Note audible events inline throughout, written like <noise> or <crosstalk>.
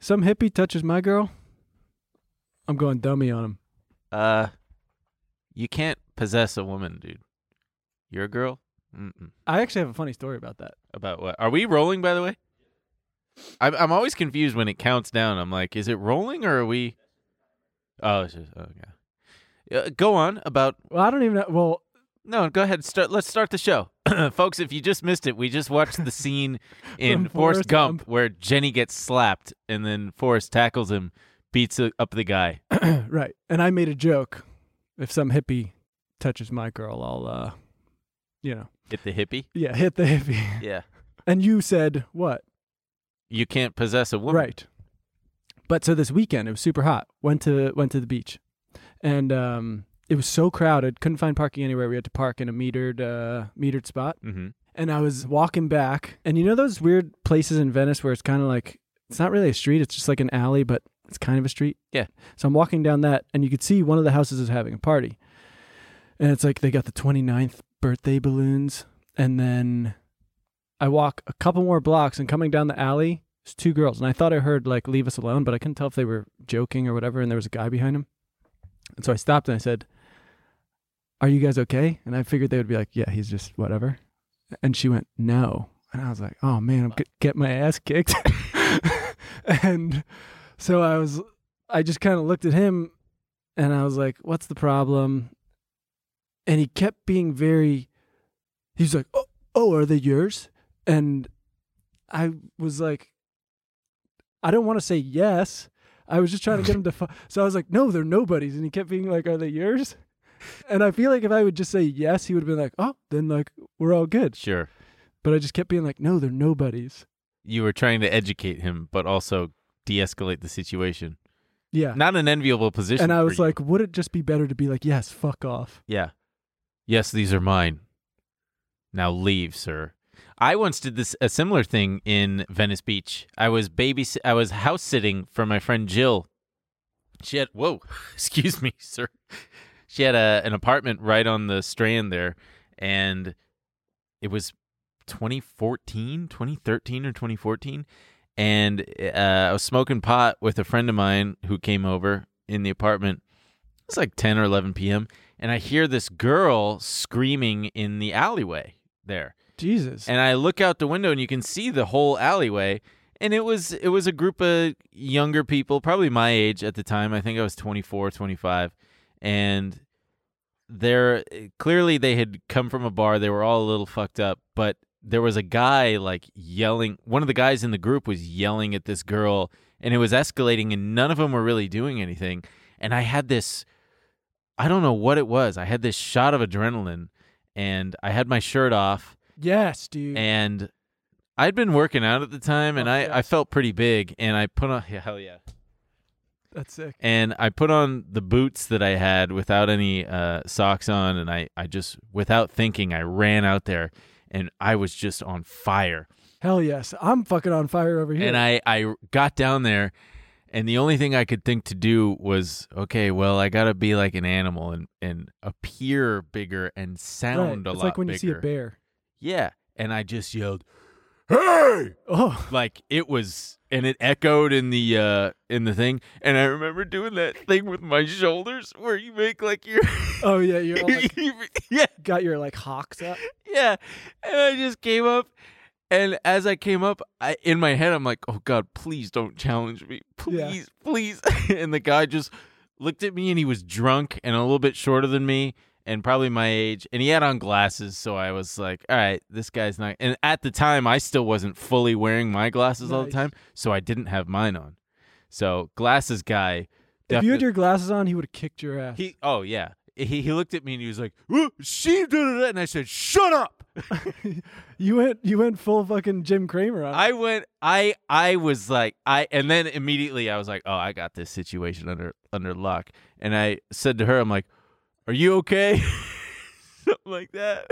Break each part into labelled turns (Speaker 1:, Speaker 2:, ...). Speaker 1: Some hippie touches my girl. I'm going dummy on him.
Speaker 2: Uh, you can't possess a woman, dude. You're a girl. Mm-mm.
Speaker 1: I actually have a funny story about that.
Speaker 2: About what? Are we rolling? By the way, I'm I'm always confused when it counts down. I'm like, is it rolling or are we? Oh, it's just, oh yeah. Uh, go on about
Speaker 1: Well, I don't even know. Well, <clears throat>
Speaker 2: no. Go ahead. Start. Let's start the show, <clears throat> folks. If you just missed it, we just watched the <laughs> scene in
Speaker 1: From
Speaker 2: Forrest
Speaker 1: Forrest
Speaker 2: Gump,
Speaker 1: Gump.
Speaker 2: where Jenny gets slapped and then Forrest tackles him, beats uh, up the guy.
Speaker 1: right. And I made a joke. If some hippie touches my girl, I'll, uh, you know,
Speaker 2: Hit the hippie.
Speaker 1: yeah, hit the hippie.
Speaker 2: <laughs>
Speaker 1: <laughs>
Speaker 2: Yeah.
Speaker 1: And you said what?
Speaker 2: You can't possess a woman.
Speaker 1: Right. But so this weekend it was super hot. Went to went to the beach, and um, it was so crowded. Couldn't find parking anywhere. We had to park in a metered uh, metered spot.
Speaker 2: Mm-hmm.
Speaker 1: And I was walking back, and you know those weird places in Venice where it's kind of like it's not really a street. It's just like an alley, but it's kind of a street.
Speaker 2: Yeah.
Speaker 1: So I'm walking down that, and you could see one of the houses is having a party, and it's like they got the 29th birthday balloons, and then I walk a couple more blocks, and coming down the alley, it's two girls, and I thought I heard like "Leave us alone," but I couldn't tell if they were joking or whatever, and there was a guy behind him, and so I stopped and I said, "Are you guys okay?" And I figured they would be like, "Yeah, he's just whatever," and she went, "No," and I was like, "Oh man, I'm get, get my ass kicked," <laughs> and so I was, I just kind of looked at him, and I was like, "What's the problem?" And he kept being very, he's like, "Oh, oh, are they yours?" And I was like, I don't want to say yes. I was just trying to get him to. Fu- so I was like, no, they're nobody's. And he kept being like, are they yours? And I feel like if I would just say yes, he would have been like, oh, then like we're all good.
Speaker 2: Sure.
Speaker 1: But I just kept being like, no, they're nobody's.
Speaker 2: You were trying to educate him, but also de-escalate the situation.
Speaker 1: Yeah.
Speaker 2: Not an enviable position.
Speaker 1: and I
Speaker 2: for
Speaker 1: was
Speaker 2: you.
Speaker 1: like, would it just be better to be like, yes, fuck off?
Speaker 2: Yeah. Yes, these are mine. Now leave, sir. I once did this a similar thing in Venice Beach. I was baby I was house sitting for my friend Jill. She had whoa, <laughs> excuse me, sir. She had a an apartment right on the strand there and it was 2014, 2013 or 2014 and uh, I was smoking pot with a friend of mine who came over in the apartment. It's like 10 or 11 p.m. and I hear this girl screaming in the alleyway there.
Speaker 1: Jesus.
Speaker 2: And I look out the window and you can see the whole alleyway and it was it was a group of younger people, probably my age at the time. I think I was 24, 25 and they're clearly they had come from a bar. They were all a little fucked up, but there was a guy like yelling. One of the guys in the group was yelling at this girl, and it was escalating, and none of them were really doing anything. And I had this I don't know what it was. I had this shot of adrenaline, and I had my shirt off,
Speaker 1: yes, dude.
Speaker 2: and I'd been working out at the time, and
Speaker 1: Mm. Oh,
Speaker 2: I, I
Speaker 1: yes.
Speaker 2: felt pretty big, and I put on yeah, hell yeah,
Speaker 1: That's sick.
Speaker 2: and I put on the boots that I had without any uh, socks on, and I I just without thinking I ran out there, and I was just on fire,
Speaker 1: Hell yes. I'm fucking on fire over here.
Speaker 2: and I I got down there. And the only thing I could think to do was, okay, well, I gotta be like an animal and, and appear bigger and
Speaker 1: Right.
Speaker 2: sound a
Speaker 1: It's
Speaker 2: lot
Speaker 1: like when
Speaker 2: bigger.
Speaker 1: you see a bear.
Speaker 2: Yeah. And I just yelled, Hey!
Speaker 1: Oh, <laughs>
Speaker 2: Like it was and it echoed in the uh in the thing. And I remember doing that thing with my shoulders where you make like your
Speaker 1: oh yeah. You're all
Speaker 2: <laughs>
Speaker 1: like,
Speaker 2: Yeah,
Speaker 1: got your like hawks up.
Speaker 2: yeah. And I just came up and as I came up, I in my head I'm like, Oh god, please don't challenge me.
Speaker 1: Yeah.
Speaker 2: Please, please <laughs> and the guy just looked at me and he was drunk and a little bit shorter than me and probably my age and he had on glasses so i was like all right this guy's not and at the time i still wasn't fully wearing my glasses all the
Speaker 1: Nice.
Speaker 2: time so i didn't have mine on so glasses guy
Speaker 1: If you
Speaker 2: defi-
Speaker 1: had your glasses on, he would have kicked your ass.
Speaker 2: he oh yeah he, he looked at me and he was like, "Ooh, "She did it," and I said, "Shut up."
Speaker 1: You went you went full fucking Jim Cramer on. it.
Speaker 2: I went. I I was like I, and then immediately I was like, "Oh, I got this situation under under lock." And I said to her, "I'm like, are you okay?" <laughs> Something like that.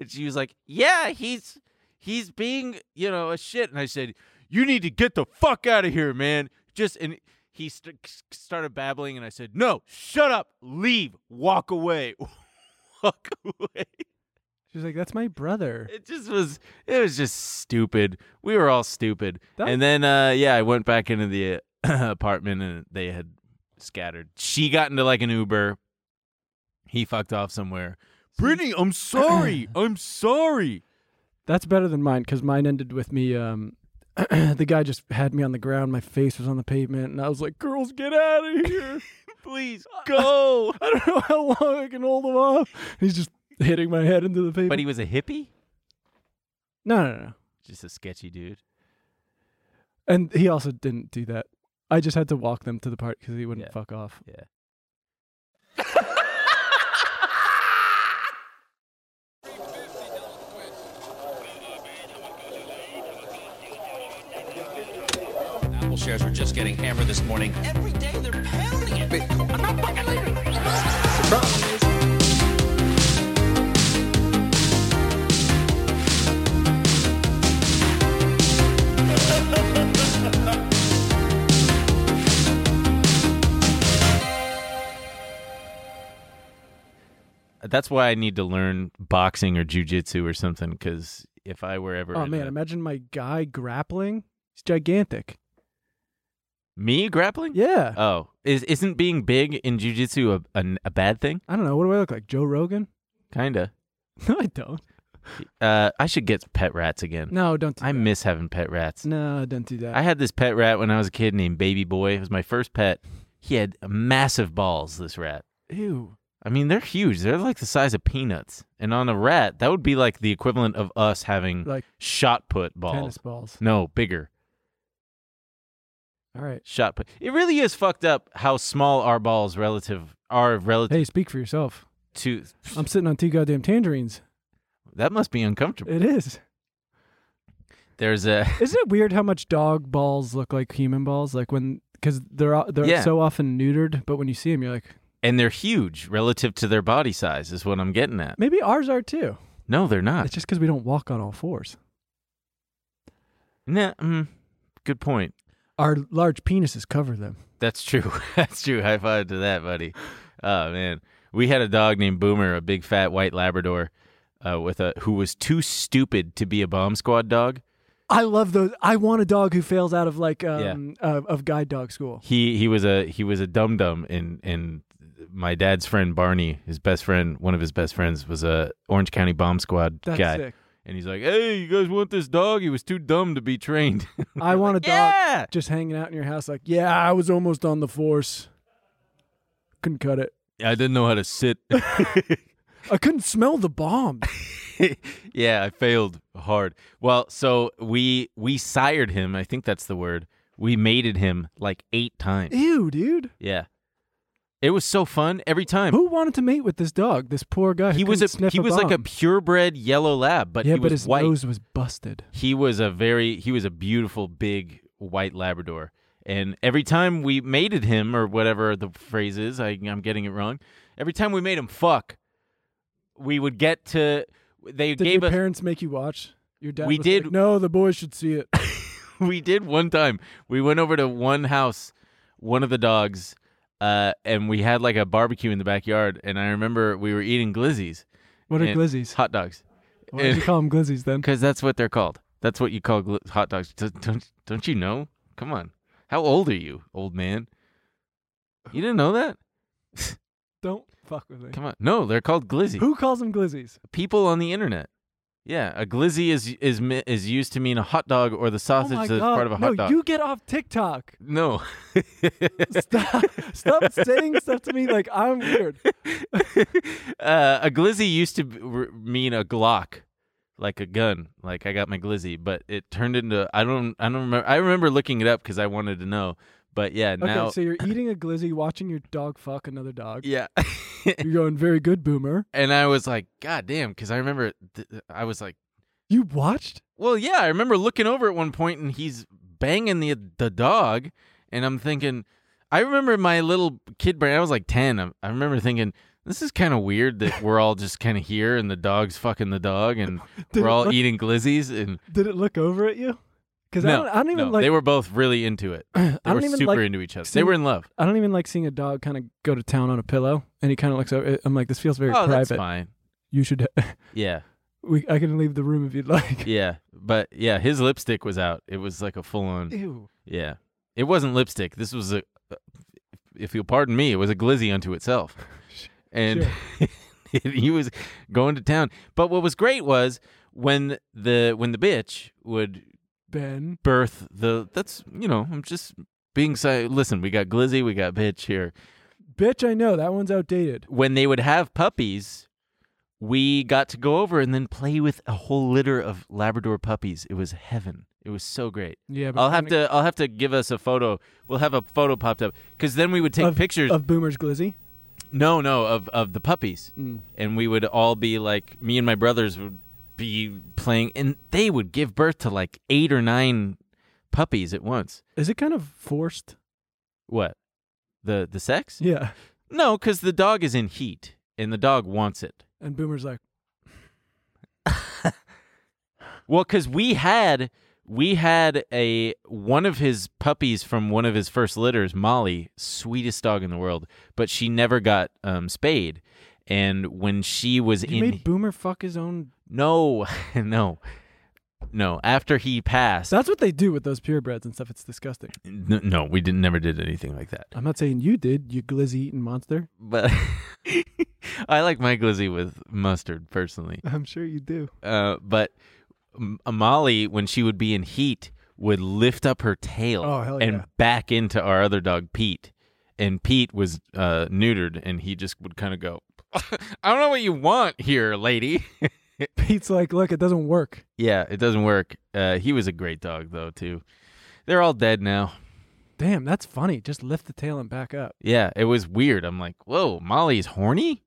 Speaker 2: and she was like, "Yeah, he's he's being you know a shit." And I said, "You need to get the fuck out of here, man." Just and he st- started babbling, and I said, "No, shut up, leave, walk away, <laughs> walk away."
Speaker 1: She was like, "That's my brother."
Speaker 2: It just was. It was just stupid. We were all stupid.
Speaker 1: That-
Speaker 2: and then, uh, yeah, I went back into the uh, <coughs> apartment, and they had scattered. She got into like an Uber. He fucked off somewhere. Brittany,
Speaker 1: <coughs>
Speaker 2: I'm sorry. I'm sorry.
Speaker 1: That's better than mine because mine ended with me. Um, <clears throat> the guy just had me on the ground. My face was on the pavement, and I was like, "Girls, get out of here!
Speaker 2: <laughs> Please go.
Speaker 1: I don't know how long I can hold them off." And he's just hitting my head into the pavement.
Speaker 2: but he was a hippie.
Speaker 1: no, no, no.
Speaker 2: Just a sketchy dude.
Speaker 1: And he also didn't do that. I just had to walk them to the park because he wouldn't
Speaker 2: Yeah.
Speaker 1: fuck off.
Speaker 2: Yeah.
Speaker 3: Apple shares are just getting hammered this morning. Every day they're pounding it. I'm not fucking leaving.
Speaker 2: That's why I need to learn boxing or jujitsu or something. Because if I were ever
Speaker 1: Oh
Speaker 2: in uh,
Speaker 1: man,
Speaker 2: a-
Speaker 1: imagine my guy grappling. He's gigantic.
Speaker 2: me grappling.
Speaker 1: Yeah.
Speaker 2: Oh, is isn't being big in jujitsu a, a a bad thing?
Speaker 1: I don't know. What do I look like? Joe Rogan? <laughs>
Speaker 2: Kinda.
Speaker 1: No, I
Speaker 2: <laughs>
Speaker 1: don't.
Speaker 2: Uh, I should get pet rats again.
Speaker 1: No, don't do
Speaker 2: I
Speaker 1: that.
Speaker 2: miss having pet rats.
Speaker 1: No, don't do that.
Speaker 2: I had this pet rat when I was a kid named Baby Boy. It was my first pet. He had massive balls. This rat.
Speaker 1: Ew.
Speaker 2: I mean, they're huge. They're like the size of peanuts. And on a rat, that would be like the equivalent of us having
Speaker 1: Like
Speaker 2: shot put
Speaker 1: tennis
Speaker 2: balls. <laughs>
Speaker 1: balls.
Speaker 2: No, bigger
Speaker 1: All right.
Speaker 2: shot put. It really is fucked up how small our balls relative are relative
Speaker 1: Hey, speak for yourself.
Speaker 2: to.
Speaker 1: I'm sitting on two goddamn tangerines.
Speaker 2: That must be uncomfortable.
Speaker 1: It is.
Speaker 2: There's a.
Speaker 1: Isn't it weird how much dog balls look like human balls? Like when because they're o- they're
Speaker 2: Yeah.
Speaker 1: so often neutered, but when you see them, you're like,
Speaker 2: and they're huge relative to their body size is what i'm getting at
Speaker 1: maybe ours are too.
Speaker 2: no they're
Speaker 1: It's
Speaker 2: not
Speaker 1: just because we don't walk on all fours.
Speaker 2: nah, mm, good point
Speaker 1: Our large penises cover them.
Speaker 2: that's true <laughs> that's true high five to that buddy oh man we had a dog named boomer a big fat white labrador uh, with a who was too stupid to be a bomb squad dog
Speaker 1: I love those. I want a dog who fails out of like um of, of guide dog school.
Speaker 2: he he was a he was a dum dum and and my dad's friend barney his best friend one of his best friends was a orange county bomb squad
Speaker 1: That's
Speaker 2: guy
Speaker 1: sick.
Speaker 2: and he's like hey you guys want this dog he was too dumb to be trained
Speaker 1: I want
Speaker 2: <laughs>
Speaker 1: a dog
Speaker 2: yeah
Speaker 1: just hanging out in your house. Like, yeah, I was almost on the force. Couldn't cut it.
Speaker 2: I didn't know how to sit.
Speaker 1: I couldn't smell the
Speaker 2: <laughs>
Speaker 1: bomb.
Speaker 2: yeah, I failed hard. Well, so we we sired him. I think that's the word. We mated him like eight times.
Speaker 1: Ew, dude.
Speaker 2: Yeah, it was so fun every time.
Speaker 1: Who wanted to mate with this dog? This poor guy. Who
Speaker 2: He was
Speaker 1: couldn't
Speaker 2: a
Speaker 1: sniff
Speaker 2: he was like a
Speaker 1: bomb.
Speaker 2: purebred yellow lab, but
Speaker 1: yeah,
Speaker 2: he
Speaker 1: but
Speaker 2: was
Speaker 1: his
Speaker 2: white.
Speaker 1: nose was busted.
Speaker 2: He was a very he was a beautiful big white Labrador. And every time we mated him or whatever the phrase is, I, I'm getting it wrong. Every time we made him fuck, we would get to they
Speaker 1: Did
Speaker 2: gave
Speaker 1: your
Speaker 2: us
Speaker 1: parents make you watch? Your dad.
Speaker 2: We
Speaker 1: was like,
Speaker 2: did-
Speaker 1: no, the boys should see
Speaker 2: <laughs>
Speaker 1: it.
Speaker 2: we did one time. We went over to one house, one of the dogs, uh, and we had like a barbecue in the backyard. And I remember we were eating glizzies,
Speaker 1: What are
Speaker 2: And-
Speaker 1: glizzies?
Speaker 2: hot dogs,
Speaker 1: Why did you
Speaker 2: <laughs>
Speaker 1: call them glizzies then?
Speaker 2: because that's what they're called. That's what you call gl- hot dogs. D- don't don't you know? Come on, how old are you, old man? You didn't know that?
Speaker 1: Don't fuck with me.
Speaker 2: Come on, no, they're called glizzy.
Speaker 1: Who calls them glizzies?
Speaker 2: People on the internet. Yeah, a glizzy is is mi- is used to mean a hot dog or the sausage
Speaker 1: oh my
Speaker 2: that's
Speaker 1: God.
Speaker 2: part of a
Speaker 1: no,
Speaker 2: hot dog.
Speaker 1: you get off TikTok. <laughs>
Speaker 2: No. <laughs>
Speaker 1: Stop, <laughs> stop saying stuff to me like I'm weird.
Speaker 2: <laughs> uh, a glizzy used to b- r- mean a Glock, like a gun. Like I got my glizzy, but it turned into I don't I don't remember. I remember looking it up because I wanted to know, But yeah, now
Speaker 1: okay, so
Speaker 2: <laughs>
Speaker 1: you're eating a glizzy, watching your dog fuck another dog.
Speaker 2: yeah. <laughs>
Speaker 1: You're going very good, Boomer.
Speaker 2: and I was like, God damn, because I remember th- I was like,
Speaker 1: You watched?
Speaker 2: well, yeah, I remember looking over at one point and he's banging the the dog, and I'm thinking, I remember my little kid brain. I was like ten. I, I remember thinking. This is kind of weird that we're all just kind of here and the dog's fucking the dog and
Speaker 1: Did <laughs>
Speaker 2: we're
Speaker 1: it
Speaker 2: all
Speaker 1: look-
Speaker 2: eating glizzies and
Speaker 1: Did it look over at you? Because I,
Speaker 2: no,
Speaker 1: don't, I don't even
Speaker 2: no,
Speaker 1: like.
Speaker 2: they were both really
Speaker 1: <clears throat>
Speaker 2: into it. They
Speaker 1: I
Speaker 2: were
Speaker 1: don't even
Speaker 2: super
Speaker 1: like
Speaker 2: into each other. They
Speaker 1: seeing-
Speaker 2: were in love.
Speaker 1: I don't even like seeing a dog kind of go to town on a pillow, and he kind of looks over. I'm like, this feels very
Speaker 2: Oh,
Speaker 1: private.
Speaker 2: that's fine.
Speaker 1: You should.
Speaker 2: Yeah,
Speaker 1: <laughs> We, I can leave the room if you'd like. <laughs>
Speaker 2: yeah, but yeah, his lipstick was out. It was like a full on.
Speaker 1: Ew.
Speaker 2: Yeah, it wasn't lipstick. This was a, uh, if you'll pardon me, it was a glizzy
Speaker 1: <laughs>
Speaker 2: unto itself, and <laughs> he was going to town. But what was great was when the when the bitch would
Speaker 1: Ben.
Speaker 2: birth the. That's you know I'm just being si- listen. We got glizzy, we got bitch here.
Speaker 1: Bitch, I know that one's outdated.
Speaker 2: when they would have puppies, we got to go over and then play with a whole litter of Labrador puppies. It was heaven. It was so great.
Speaker 1: Yeah, but
Speaker 2: I'll have to I'll have to give us a photo. We'll have a photo popped up because then we would take
Speaker 1: of,
Speaker 2: pictures.
Speaker 1: of Boomer's glizzy.
Speaker 2: no, no, of of the puppies, and we would all be like me and my brothers would be playing, and they would give birth to like eight or nine puppies at once.
Speaker 1: Is it kind of forced?
Speaker 2: What? The the sex?
Speaker 1: Yeah.
Speaker 2: No, because the dog is in heat and the dog wants it.
Speaker 1: And Boomer's like,
Speaker 2: Well, because we had we had a one of his puppies from one of his first litters, Molly, sweetest dog in the world, but she never got um, spayed. And when she was
Speaker 1: you
Speaker 2: in
Speaker 1: made Boomer fuck his own.
Speaker 2: no, <laughs> no, no, after he passed,
Speaker 1: So that's what they do with those purebreds and stuff. It's disgusting.
Speaker 2: n- no, we didn't never did anything like that.
Speaker 1: I'm not saying you did, you glizzy eating monster.
Speaker 2: But <laughs> I like my glizzy with mustard personally.
Speaker 1: I'm sure you do. <laughs>
Speaker 2: Uh, but M- Molly, when she would be in heat, would lift up her tail
Speaker 1: Oh, hell
Speaker 2: and
Speaker 1: yeah.
Speaker 2: back into our other dog, Pete. And Pete was uh, neutered, and he just would kind of go, <laughs> I don't know what you want here, lady. <laughs>
Speaker 1: Pete's like, look, it doesn't work.
Speaker 2: yeah, it doesn't work. Uh, he was a great dog, though, too. They're all dead now.
Speaker 1: Damn, that's funny. Just lift the tail and back up.
Speaker 2: Yeah, it was weird. I'm like, whoa, Molly's horny?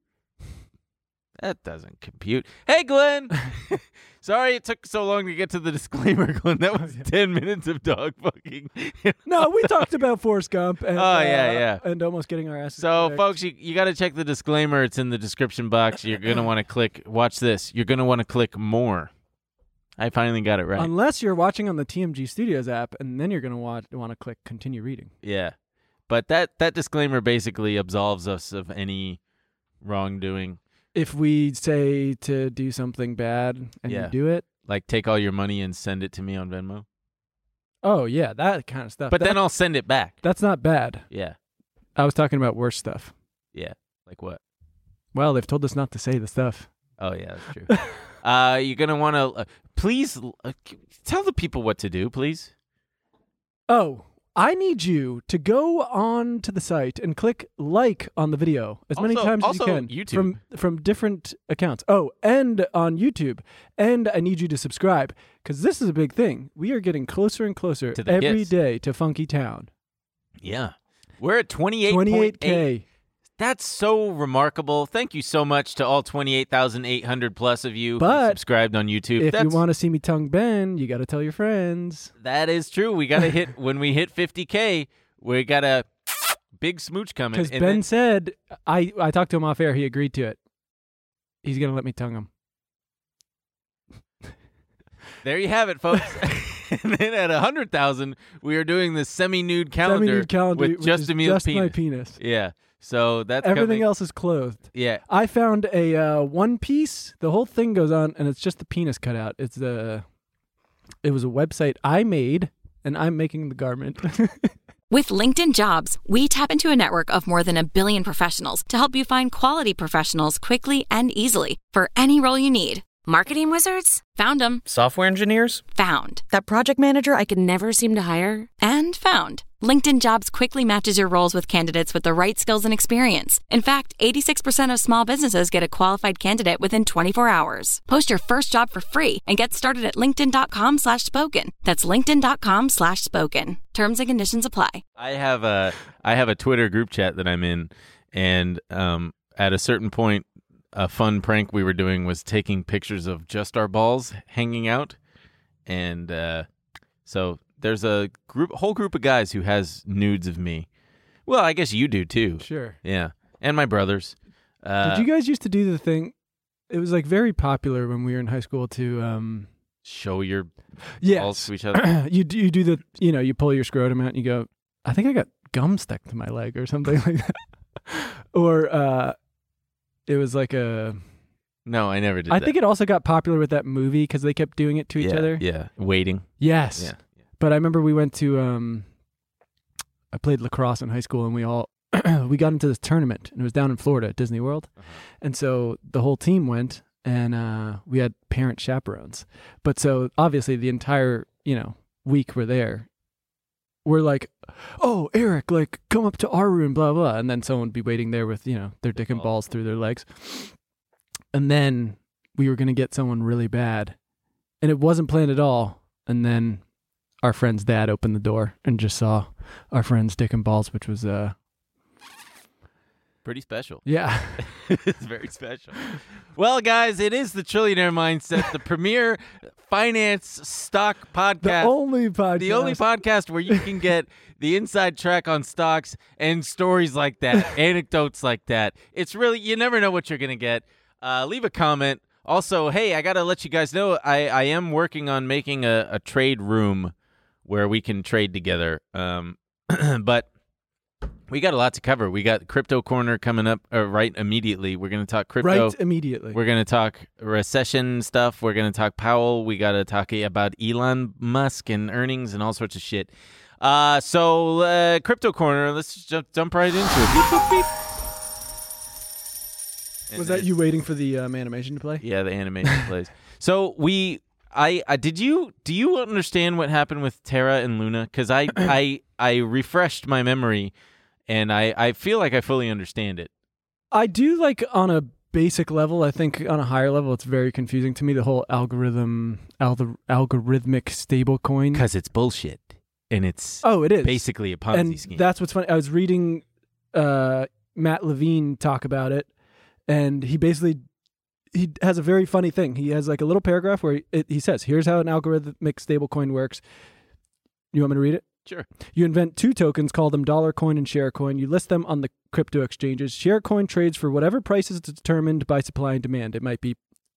Speaker 2: That doesn't compute. Hey, Glenn! Sorry it took so long to get to the disclaimer, Glenn. That was 10 minutes of dog fucking.
Speaker 1: No, we talked about Forrest Gump. And,
Speaker 2: <laughs> Oh,
Speaker 1: uh,
Speaker 2: yeah, yeah.
Speaker 1: And almost getting our asses.
Speaker 2: so,
Speaker 1: kicked.
Speaker 2: folks, you, you got to check the disclaimer. It's in the description box. You're going to want to click, watch this. You're going to want to click more. I finally got it right.
Speaker 1: Unless you're watching on the TMG Studios app, and then you're gonna want want to click continue reading.
Speaker 2: yeah. But that, that disclaimer basically absolves us of any wrongdoing.
Speaker 1: If we say to do something bad and
Speaker 2: Yeah.
Speaker 1: you do it,
Speaker 2: Like, take all your money and send it to me on Venmo.
Speaker 1: oh yeah, that kind of stuff.
Speaker 2: But
Speaker 1: That-
Speaker 2: then I'll send it back.
Speaker 1: that's not bad.
Speaker 2: Yeah.
Speaker 1: I was talking about worse stuff.
Speaker 2: Yeah. Like what?
Speaker 1: Well, they've told us not to say the stuff.
Speaker 2: Oh yeah, that's
Speaker 1: <laughs>
Speaker 2: true. uh, you're gonna want to uh, please uh, c- tell the people what to do, please.
Speaker 1: Oh, I need you to go on to the site and click like on the video as many
Speaker 2: Also-
Speaker 1: times
Speaker 2: also
Speaker 1: as you can
Speaker 2: YouTube.
Speaker 1: from from different accounts. Oh, and on YouTube, and I need you to subscribe because this is a big thing. We are getting closer and closer every
Speaker 2: To
Speaker 1: day
Speaker 2: the kids.
Speaker 1: to Funky Town.
Speaker 2: Yeah, we're at 28.
Speaker 1: 28k.
Speaker 2: That's so remarkable. Thank you so much to all 28,800 plus of you who
Speaker 1: But
Speaker 2: subscribed on YouTube.
Speaker 1: If
Speaker 2: that's,
Speaker 1: you want to see me tongue bend, you got to tell your friends.
Speaker 2: that is true. We gotta
Speaker 1: <laughs>
Speaker 2: hit when we hit 50k. We got a big smooch coming.
Speaker 1: Because
Speaker 2: Um, And
Speaker 1: Ben
Speaker 2: then-
Speaker 1: said I I talked to him off air. He agreed to it. He's gonna let me tongue him.
Speaker 2: there you have it, folks.
Speaker 1: <laughs>
Speaker 2: <laughs> and then at 100,000, we are doing the semi-nude calendar,
Speaker 1: Semi-nude calendar
Speaker 2: with
Speaker 1: which is
Speaker 2: just Emil's
Speaker 1: just my
Speaker 2: penis.
Speaker 1: penis.
Speaker 2: Yeah. So that's
Speaker 1: Everything
Speaker 2: coming.
Speaker 1: else is clothed.
Speaker 2: Yeah.
Speaker 1: I found a uh, one piece. The whole thing goes on, and it's just the penis cut out. It's the. It was a website I made, and I'm making the garment. <laughs>
Speaker 4: With LinkedIn Jobs, we tap into a network of more than a billion professionals to help you find quality professionals quickly and easily for any role you need. Marketing wizards? Found them.
Speaker 5: Software engineers?
Speaker 4: Found.
Speaker 6: That project manager I could never seem to hire?
Speaker 4: And found. LinkedIn Jobs quickly matches your roles with candidates with the right skills and experience. In fact, 86% of small businesses get a qualified candidate within 24 hours. Post your first job for free and get started at linkedin.com slash spoken. That's linkedin.com slash spoken. Terms and conditions apply.
Speaker 2: I have a I have a Twitter group chat that I'm in, and um, at a certain point, a fun prank we were doing was taking pictures of just our balls hanging out, and uh, so there's a group whole group of guys who has nudes of me. Well, I guess you do too.
Speaker 1: Sure.
Speaker 2: Yeah, and my brothers. Uh,
Speaker 1: Did you guys used to do the thing? It was like very popular when we were in high school to um
Speaker 2: show your balls
Speaker 1: yes.
Speaker 2: to each other?
Speaker 1: <clears throat> you do, you do the you know, you pull your scrotum out and you go, I think I got gum stuck to my leg or something <laughs> like that. or uh it was like a.
Speaker 2: No, I never did.
Speaker 1: I
Speaker 2: that.
Speaker 1: think it also got popular with that movie cuz they kept doing it to each
Speaker 2: Yeah,
Speaker 1: other.
Speaker 2: Yeah, waiting.
Speaker 1: Yes.
Speaker 2: Yeah.
Speaker 1: But I remember we went to um I played lacrosse in high school and we all <clears throat> we got into this tournament and it was down in Florida at Disney World. And so the whole team went and uh we had parent chaperones. But so obviously the entire, you know, week we're there. We're like, "Oh, Eric, like come up to our room, blah blah." And then someone would be waiting there with, you know, their dick and balls through their legs. And then we were going to get someone really bad. And it wasn't planned at all. And then our friend's dad opened the door and just saw our friend's dick and balls, which was uh
Speaker 2: Pretty special.
Speaker 1: yeah. <laughs>
Speaker 2: <laughs> it's very special. Well, guys, it is the Trillionaire Mindset, the premier finance stock
Speaker 1: The
Speaker 2: podcast.
Speaker 1: only podcast.
Speaker 2: The only podcast where you
Speaker 1: <laughs>
Speaker 2: can get the inside track on stocks and stories
Speaker 1: <laughs>
Speaker 2: like that, anecdotes like that. It's really, you never know what you're going to get. Uh, leave a comment. Also, hey, I got to let you guys know I, I am working on making a, a trade room where we can trade together. Um, <clears throat> but we got a lot to cover. We got Crypto Corner coming up uh, right immediately. We're going to talk
Speaker 1: right
Speaker 2: crypto.
Speaker 1: immediately.
Speaker 2: We're going to talk recession stuff. We're going to talk Powell. We got to talk about Elon Musk and earnings and all sorts of shit. Uh, so, uh, Crypto Corner, let's just jump, jump right into it. Beep, boop, beep. And
Speaker 1: was that
Speaker 2: it-
Speaker 1: you waiting for the um, animation to play?
Speaker 2: Yeah, the animation plays. So, we. I, I did you do you understand what happened with Terra and Luna?
Speaker 1: <clears throat>
Speaker 2: Because I, I I refreshed my memory, and I, I feel like I fully understand it.
Speaker 1: I do like on a basic level. I think on a higher level, it's very confusing to me. The whole algorithm, alg- algorithmic stablecoin.
Speaker 2: Because it's bullshit, and it's
Speaker 1: Oh, it is
Speaker 2: basically a Ponzi
Speaker 1: and
Speaker 2: scheme.
Speaker 1: that's what's funny. I was reading uh, Matt Levine talk about it, and he basically he has a very funny thing. He has like a little paragraph where he, it, he says, "Here's how an algorithmic stablecoin works." You want me to read it?
Speaker 2: Sure.
Speaker 1: You invent two tokens, call them dollar coin and share coin. You list them on the crypto exchanges. Share coin trades for whatever price is determined by supply and demand. It might be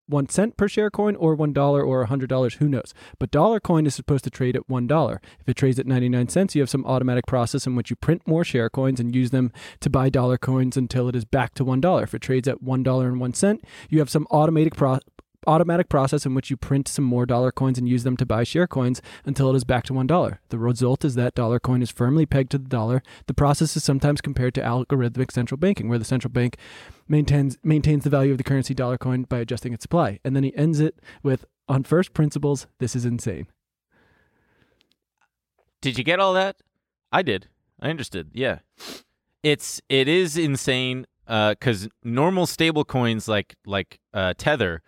Speaker 1: one cent per share coin or one dollar or a hundred dollars, who knows? But dollar coin is supposed to trade at one dollar. If it trades at ninety nine cents, you have some automatic process in which you print more share coins and use them to buy dollar coins until it is back to one dollar. If it trades at one dollar and one cent, you have some automatic pro- automatic process in which you print some more dollar coins and use them to buy share coins until it is back to one dollar. The result is that dollar coin is firmly pegged to the dollar. The process is sometimes compared to algorithmic central banking, where the central bank maintains maintains the value of the currency dollar coin by adjusting its supply. And then he ends it with, "On first principles, this is insane."
Speaker 2: Did you get all that? I did. I understood. Yeah. It's it is insane uh cuz normal stable coins like like uh Tether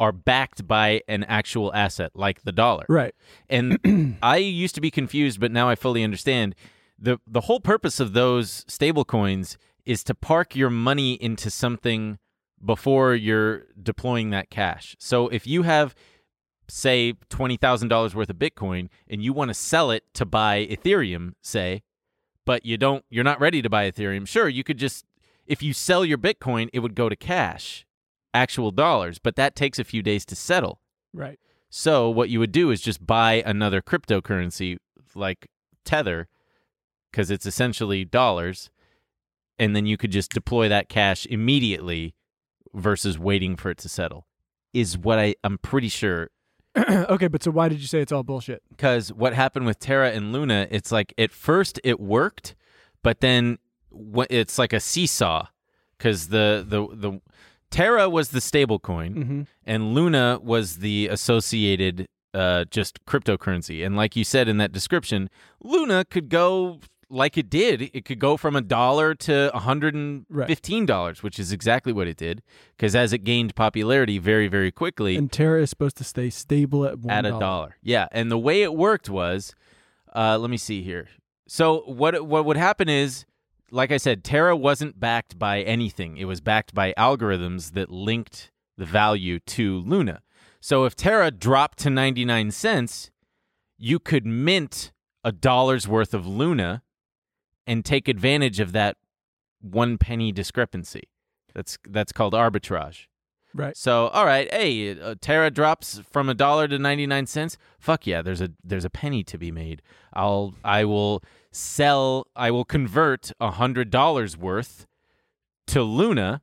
Speaker 2: are backed by an actual asset like the dollar.
Speaker 1: Right.
Speaker 2: And I used to be confused but now I fully understand. The the whole purpose of those stable coins is to park your money into something before you're deploying that cash. So if you have say $20,000 worth of Bitcoin and you want to sell it to buy Ethereum, say, but you don't you're not ready to buy Ethereum. Sure, you could just if you sell your Bitcoin, it would go to cash, actual dollars, but that takes a few days to settle.
Speaker 1: Right. <clears throat>
Speaker 2: So what you would do is just buy another cryptocurrency like Tether because it's essentially dollars and then you could just deploy that cash immediately versus waiting for it to settle. Is what I I'm pretty sure
Speaker 1: okay, but so why did you say it's all bullshit?
Speaker 2: because what happened with Terra and Luna, it's like at first it worked, but then wh- it's like a seesaw because the the the Terra was the stable coin
Speaker 1: Mhm.
Speaker 2: and Luna was the associated uh, just cryptocurrency. And like you said in that description, Luna could go like it did, it could go from a dollar to $115, which is exactly what it did. Because as it gained popularity very, very quickly,
Speaker 1: And Terra is supposed to stay stable at one
Speaker 2: at a dollar. Yeah, and the way it worked was, uh, let me see here. So what what would happen is, like I said, Terra wasn't backed by anything. It was backed by algorithms that linked the value to Luna. So if Terra dropped to ninety nine cents, you could mint a dollar's worth of Luna, and take advantage of that one penny discrepancy. That's that's called arbitrage.
Speaker 1: Right.
Speaker 2: So, all right, hey, uh, Terra drops from a dollar to 99 cents. Fuck yeah, there's a there's a penny to be made. I'll I will sell I will convert a $100 worth to Luna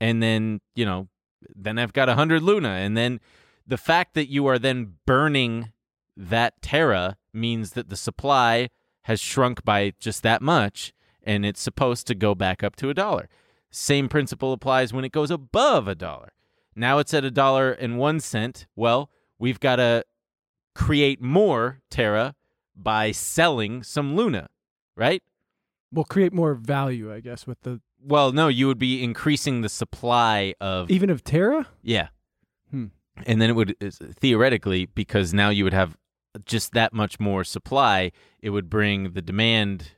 Speaker 2: and then, you know, then I've got a 100 Luna and then the fact that you are then burning that Terra means that the supply has shrunk by just that much and it's supposed to go back up to a dollar. Same principle applies when it goes above a dollar. Now it's at a dollar and one cent. Well, we've got to create more Terra by selling some Luna, right?
Speaker 1: We'll create more value, I guess, with the
Speaker 2: Well, no, you would be increasing the supply of
Speaker 1: even of Terra.
Speaker 2: yeah,
Speaker 1: Hmm.
Speaker 2: and then it would theoretically because now you would have just that much more supply. It would bring the demand,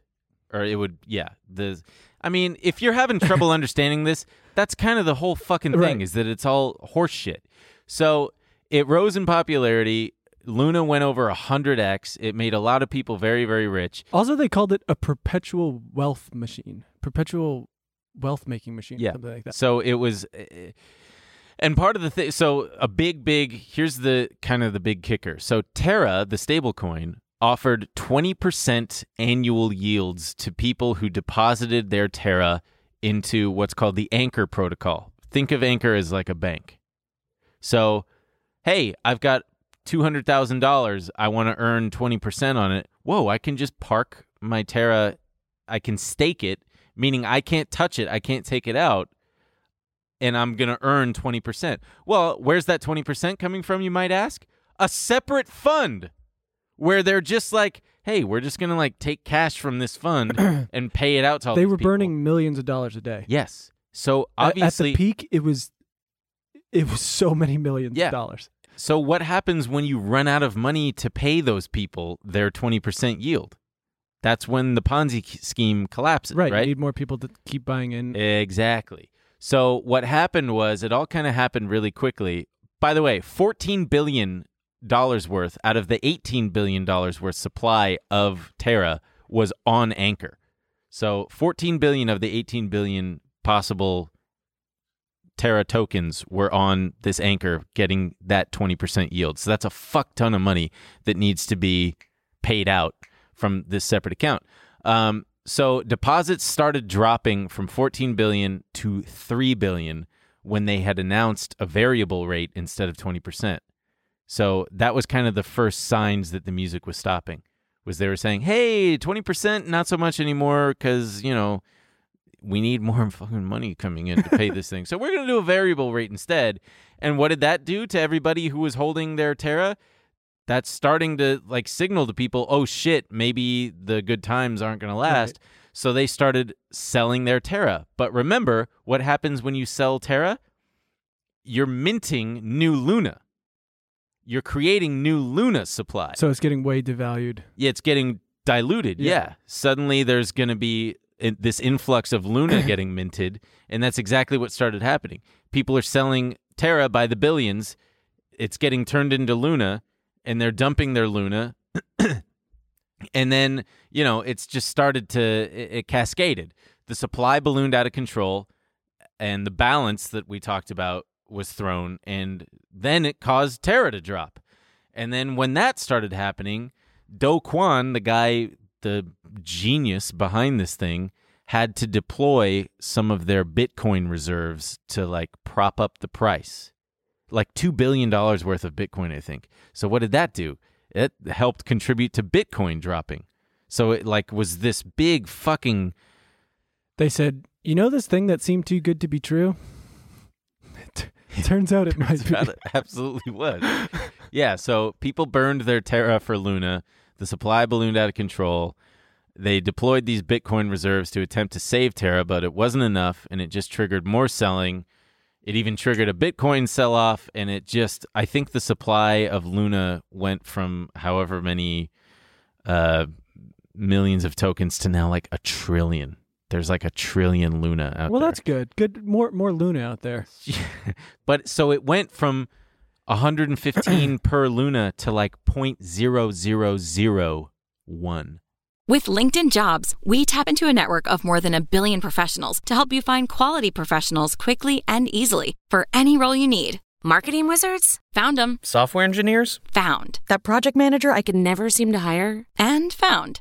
Speaker 2: or it would yeah the. I mean, if you're
Speaker 1: <laughs>
Speaker 2: having trouble understanding this, that's kind of the whole fucking thing
Speaker 1: Right.
Speaker 2: is that it's all horseshit. So it rose in popularity. Luna went over 100x. It made a lot of people very, very rich.
Speaker 1: Also, they called it a perpetual wealth machine, perpetual wealth making machine,
Speaker 2: Yeah.
Speaker 1: something like that.
Speaker 2: So it was, eh, and part of the thing. So a big, big. Here's the kind of the big kicker. So Terra, the stablecoin, offered 20% annual yields to people who deposited their Terra into what's called the Anchor protocol. Think of Anchor as like a bank. So, hey, I've got $200,000. I want to earn 20% on it. Whoa, I can just park my Terra. I can stake it, meaning I can't touch it. I can't take it out. And I'm going to earn 20%. Well, where's that 20% coming from, you might ask? A separate fund where they're just like, hey, we're just going to like take cash from
Speaker 1: <clears throat>
Speaker 2: this fund and pay it out to all
Speaker 1: They
Speaker 2: these
Speaker 1: were
Speaker 2: people.
Speaker 1: burning millions of dollars a day.
Speaker 2: Yes. So
Speaker 1: A-
Speaker 2: obviously,
Speaker 1: at the peak, it was it was so many millions
Speaker 2: Yeah.
Speaker 1: of dollars.
Speaker 2: So what happens when you run out of money to pay those people their 20% yield? That's when the Ponzi k- scheme collapses,
Speaker 1: Right,
Speaker 2: right?
Speaker 1: you need more people to keep buying in.
Speaker 2: Exactly. So what happened was it all kind of happened really quickly. By the way, 14 billion dollars worth out of the 18 billion dollars worth supply of Terra was on anchor. So 14 billion of the 18 billion possible Terra tokens were on this anchor getting that 20% yield. So that's a fuck ton of money that needs to be paid out from this separate account. Um, so deposits started dropping from 14 billion to 3 billion when they had announced a variable rate instead of 20%. So that was kind of the first signs that the music was stopping. Was they were saying, "Hey, 20% not so much anymore cuz, you know, we need more <laughs> fucking money coming in to pay this thing. So we're going to do a variable rate instead." And what did that do to everybody who was holding their Terra? that's starting to like signal to people, oh shit, maybe the good times aren't going to last. So they started selling their Terra. But remember what happens when you sell Terra? You're minting new Luna. You're creating new Luna supply.
Speaker 1: So it's getting way devalued.
Speaker 2: Yeah, it's getting diluted. Yeah.
Speaker 1: Yeah.
Speaker 2: Suddenly there's going to be in- this influx of Luna getting minted. And that's exactly what started happening. People are selling Terra by the billions. It's getting turned into Luna, and they're dumping their Luna. <clears throat> and then, you know, it's just started to, it, it cascaded. The supply ballooned out of control, and the balance that we talked about was thrown. And then it caused Terra to drop. And then when that started happening, Do Kwon, the guy, the genius behind this thing, had to deploy some of their Bitcoin reserves to like prop up the price. Like $2 billion worth of Bitcoin, I think. So what did that do? It helped contribute to Bitcoin dropping. So it like was this big fucking
Speaker 1: They said, "You know this thing that seemed too good to be true." <laughs>
Speaker 2: <laughs>
Speaker 1: turns out it might be.
Speaker 2: It <laughs> absolutely was. Yeah, so people burned their Terra for Luna. The supply ballooned out of control. They deployed these Bitcoin reserves to attempt to save Terra, but it wasn't enough, and it just triggered more selling. It even triggered a Bitcoin sell off, and it just, I think the supply of Luna went from however many uh, millions of tokens to now like a trillion. There's like a trillion Luna out
Speaker 1: well,
Speaker 2: there.
Speaker 1: that's good. Good, more more Luna out there.
Speaker 2: <laughs> But so it went from
Speaker 1: <clears throat>
Speaker 2: 115 per Luna to like 0.0001.
Speaker 4: With LinkedIn Jobs, we tap into a network of more than a billion professionals to help you find quality professionals quickly and easily for any role you need. Marketing wizards? Found them.
Speaker 5: Software engineers?
Speaker 4: Found.
Speaker 6: That project manager I could never seem to hire?
Speaker 4: and found.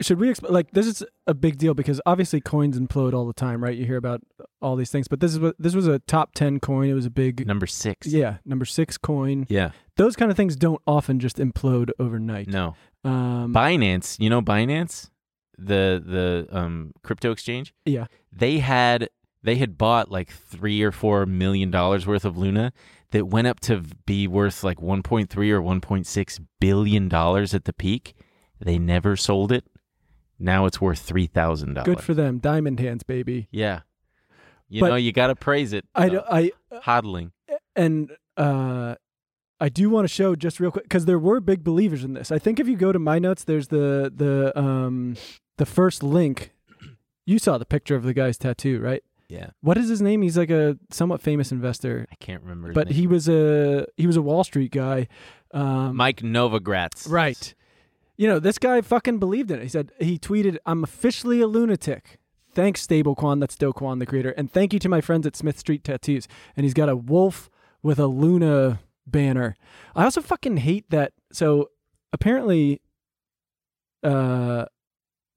Speaker 1: Should we exp- like this is a big deal because obviously coins implode all the time, right? You hear about all these things, but this is what this was a top 10 coin. It was a big
Speaker 2: Number six.
Speaker 1: yeah, number 6 coin.
Speaker 2: Yeah.
Speaker 1: Those kind of things don't often just implode overnight.
Speaker 2: No.
Speaker 1: Um
Speaker 2: Binance, you know Binance? The the um crypto exchange?
Speaker 1: yeah.
Speaker 2: They had they had bought like three or four million dollars worth of Luna that went up to be worth like 1.3 or 1.6 billion dollars at the peak. They never sold it. Now it's worth three thousand dollars.
Speaker 1: Good for them. Diamond hands, baby.
Speaker 2: Yeah. You
Speaker 1: But-
Speaker 2: know, you got to praise it.
Speaker 1: I uh,
Speaker 2: though.
Speaker 1: do- I
Speaker 2: Hodling.
Speaker 1: and uh I do want to show just real quick because there were big believers in this. I think if you go to my notes, there's the the um the first link. You saw the picture of the guy's tattoo, right?
Speaker 2: Yeah.
Speaker 1: What is his name? He's like a somewhat famous investor,
Speaker 2: I can't remember. his
Speaker 1: but
Speaker 2: name.
Speaker 1: he was a he was a Wall Street guy. Um,
Speaker 2: Mike Novogratz.
Speaker 1: right? You know, this guy fucking believed in it. He said he tweeted, "I'm officially a lunatic." Thanks, Stablequan. That's Do Kwan, the creator, and thank you to my friends at Smith Street Tattoos. And he's got a wolf with a Luna banner. I also fucking hate that. So apparently, uh,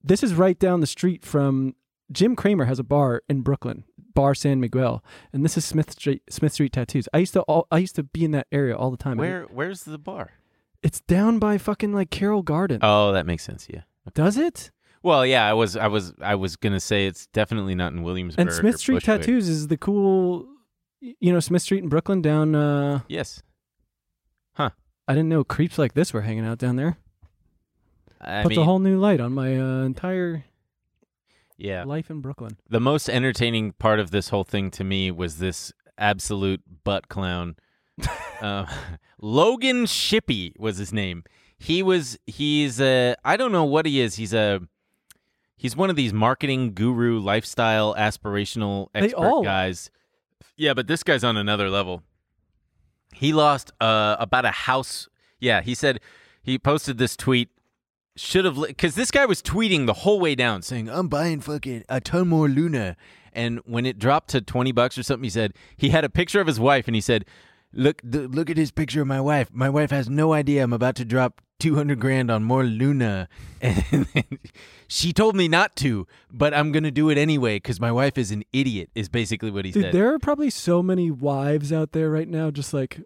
Speaker 1: this is right down the street from Jim Kramer has a bar in Brooklyn, Bar San Miguel, and this is Smith Street Smith Street Tattoos. I used to all, I used to be in that area all the time. <laughs>
Speaker 2: Where where's the bar?
Speaker 1: It's down by fucking like Carroll Garden.
Speaker 2: Oh, that makes sense, yeah.
Speaker 1: Does it?
Speaker 2: Well, yeah, I was I was I was going to say it's definitely not in Williamsburg.
Speaker 1: And Smith
Speaker 2: or
Speaker 1: Street
Speaker 2: Bushwick.
Speaker 1: Tattoos is the cool, y- you know, Smith Street in Brooklyn down. uh
Speaker 2: Yes.
Speaker 1: I didn't know creeps like this were hanging out down there.
Speaker 2: I
Speaker 1: Puts
Speaker 2: mean,
Speaker 1: a whole new light on my uh, entire
Speaker 2: yeah.
Speaker 1: life in Brooklyn.
Speaker 2: The most entertaining part of this whole thing to me was this absolute
Speaker 1: <laughs>
Speaker 2: butt clown. uh, Logan Shippey was his name. He was he's a I don't know what he is. He's a he's one of these marketing guru, lifestyle aspirational
Speaker 1: They
Speaker 2: expert
Speaker 1: all are.
Speaker 2: guys. Yeah, but this guy's on another level. He lost uh, about a house. Yeah, he said he posted this tweet should have because this guy was tweeting the whole way down saying i'm buying fucking a ton more luna and when it dropped to 20 bucks or something he said he had a picture of his wife and he said look th- look at his picture of my wife my wife has no idea i'm about to drop 200 grand on more luna <laughs> and then, she told me not to but i'm gonna do it anyway because my wife is an idiot is basically what he
Speaker 1: Dude,
Speaker 2: said
Speaker 1: there are probably so many wives out there right now, just like.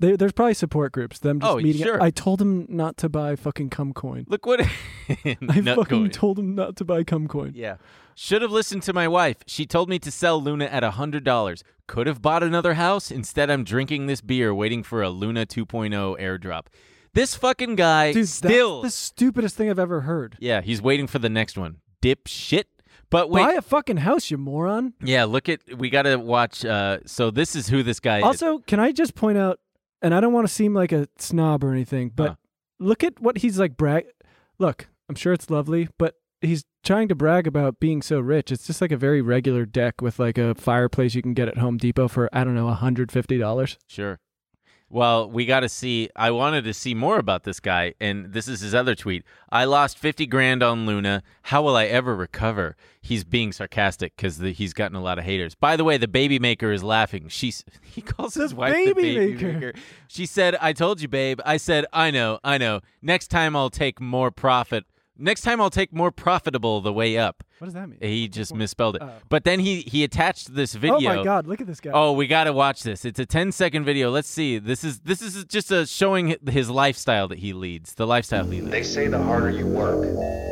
Speaker 1: There, there's probably support groups. Them just
Speaker 2: Oh,
Speaker 1: meeting.
Speaker 2: sure.
Speaker 1: I told him not to buy fucking cumcoin.
Speaker 2: look what <laughs>
Speaker 1: I
Speaker 2: Nut
Speaker 1: fucking
Speaker 2: going.
Speaker 1: told him not to buy cumcoin.
Speaker 2: Yeah. Should have listened to my wife. She told me to sell Luna at $100. Could have bought another house. Instead, I'm drinking this beer waiting for a Luna 2.0 airdrop. This fucking guy
Speaker 1: Dude,
Speaker 2: still.
Speaker 1: that's the stupidest thing I've ever heard.
Speaker 2: Yeah, he's waiting for the next one. Dip shit. But wait.
Speaker 1: Buy a fucking house, you moron.
Speaker 2: yeah, look at. We got to watch. Uh, so this is who this guy is.
Speaker 1: Also, can I just point out, and I don't want to seem like a snob or anything, but
Speaker 2: Huh.
Speaker 1: look at what he's like brag. Look, I'm sure it's lovely, but he's trying to brag about being so rich. It's just like a very regular deck with like a fireplace you can get at Home Depot for I don't know, hundred fifty dollars.
Speaker 2: Sure. Well, we got to see. I wanted to see more about this guy, and this is his other tweet. I lost 50 grand on Luna. How will I ever recover? He's being sarcastic because he's gotten a lot of haters. By the way, the baby maker is laughing. She's <laughs> he calls
Speaker 1: The
Speaker 2: his wife the
Speaker 1: baby
Speaker 2: baby
Speaker 1: maker.
Speaker 2: maker. She said, "I told you, babe." I said, "I know, I know. Next time I'll take more profit." Next time I'll take more profitable the way up.
Speaker 1: What does that mean?
Speaker 2: He just misspelled it.
Speaker 1: Oh.
Speaker 2: But then he he attached this video.
Speaker 1: Oh my god, look at this guy.
Speaker 2: Oh, we got to watch this. It's a 10 second video. Let's see. This is this is just a showing his lifestyle that he leads. The lifestyle he leads.
Speaker 5: They say the harder you work,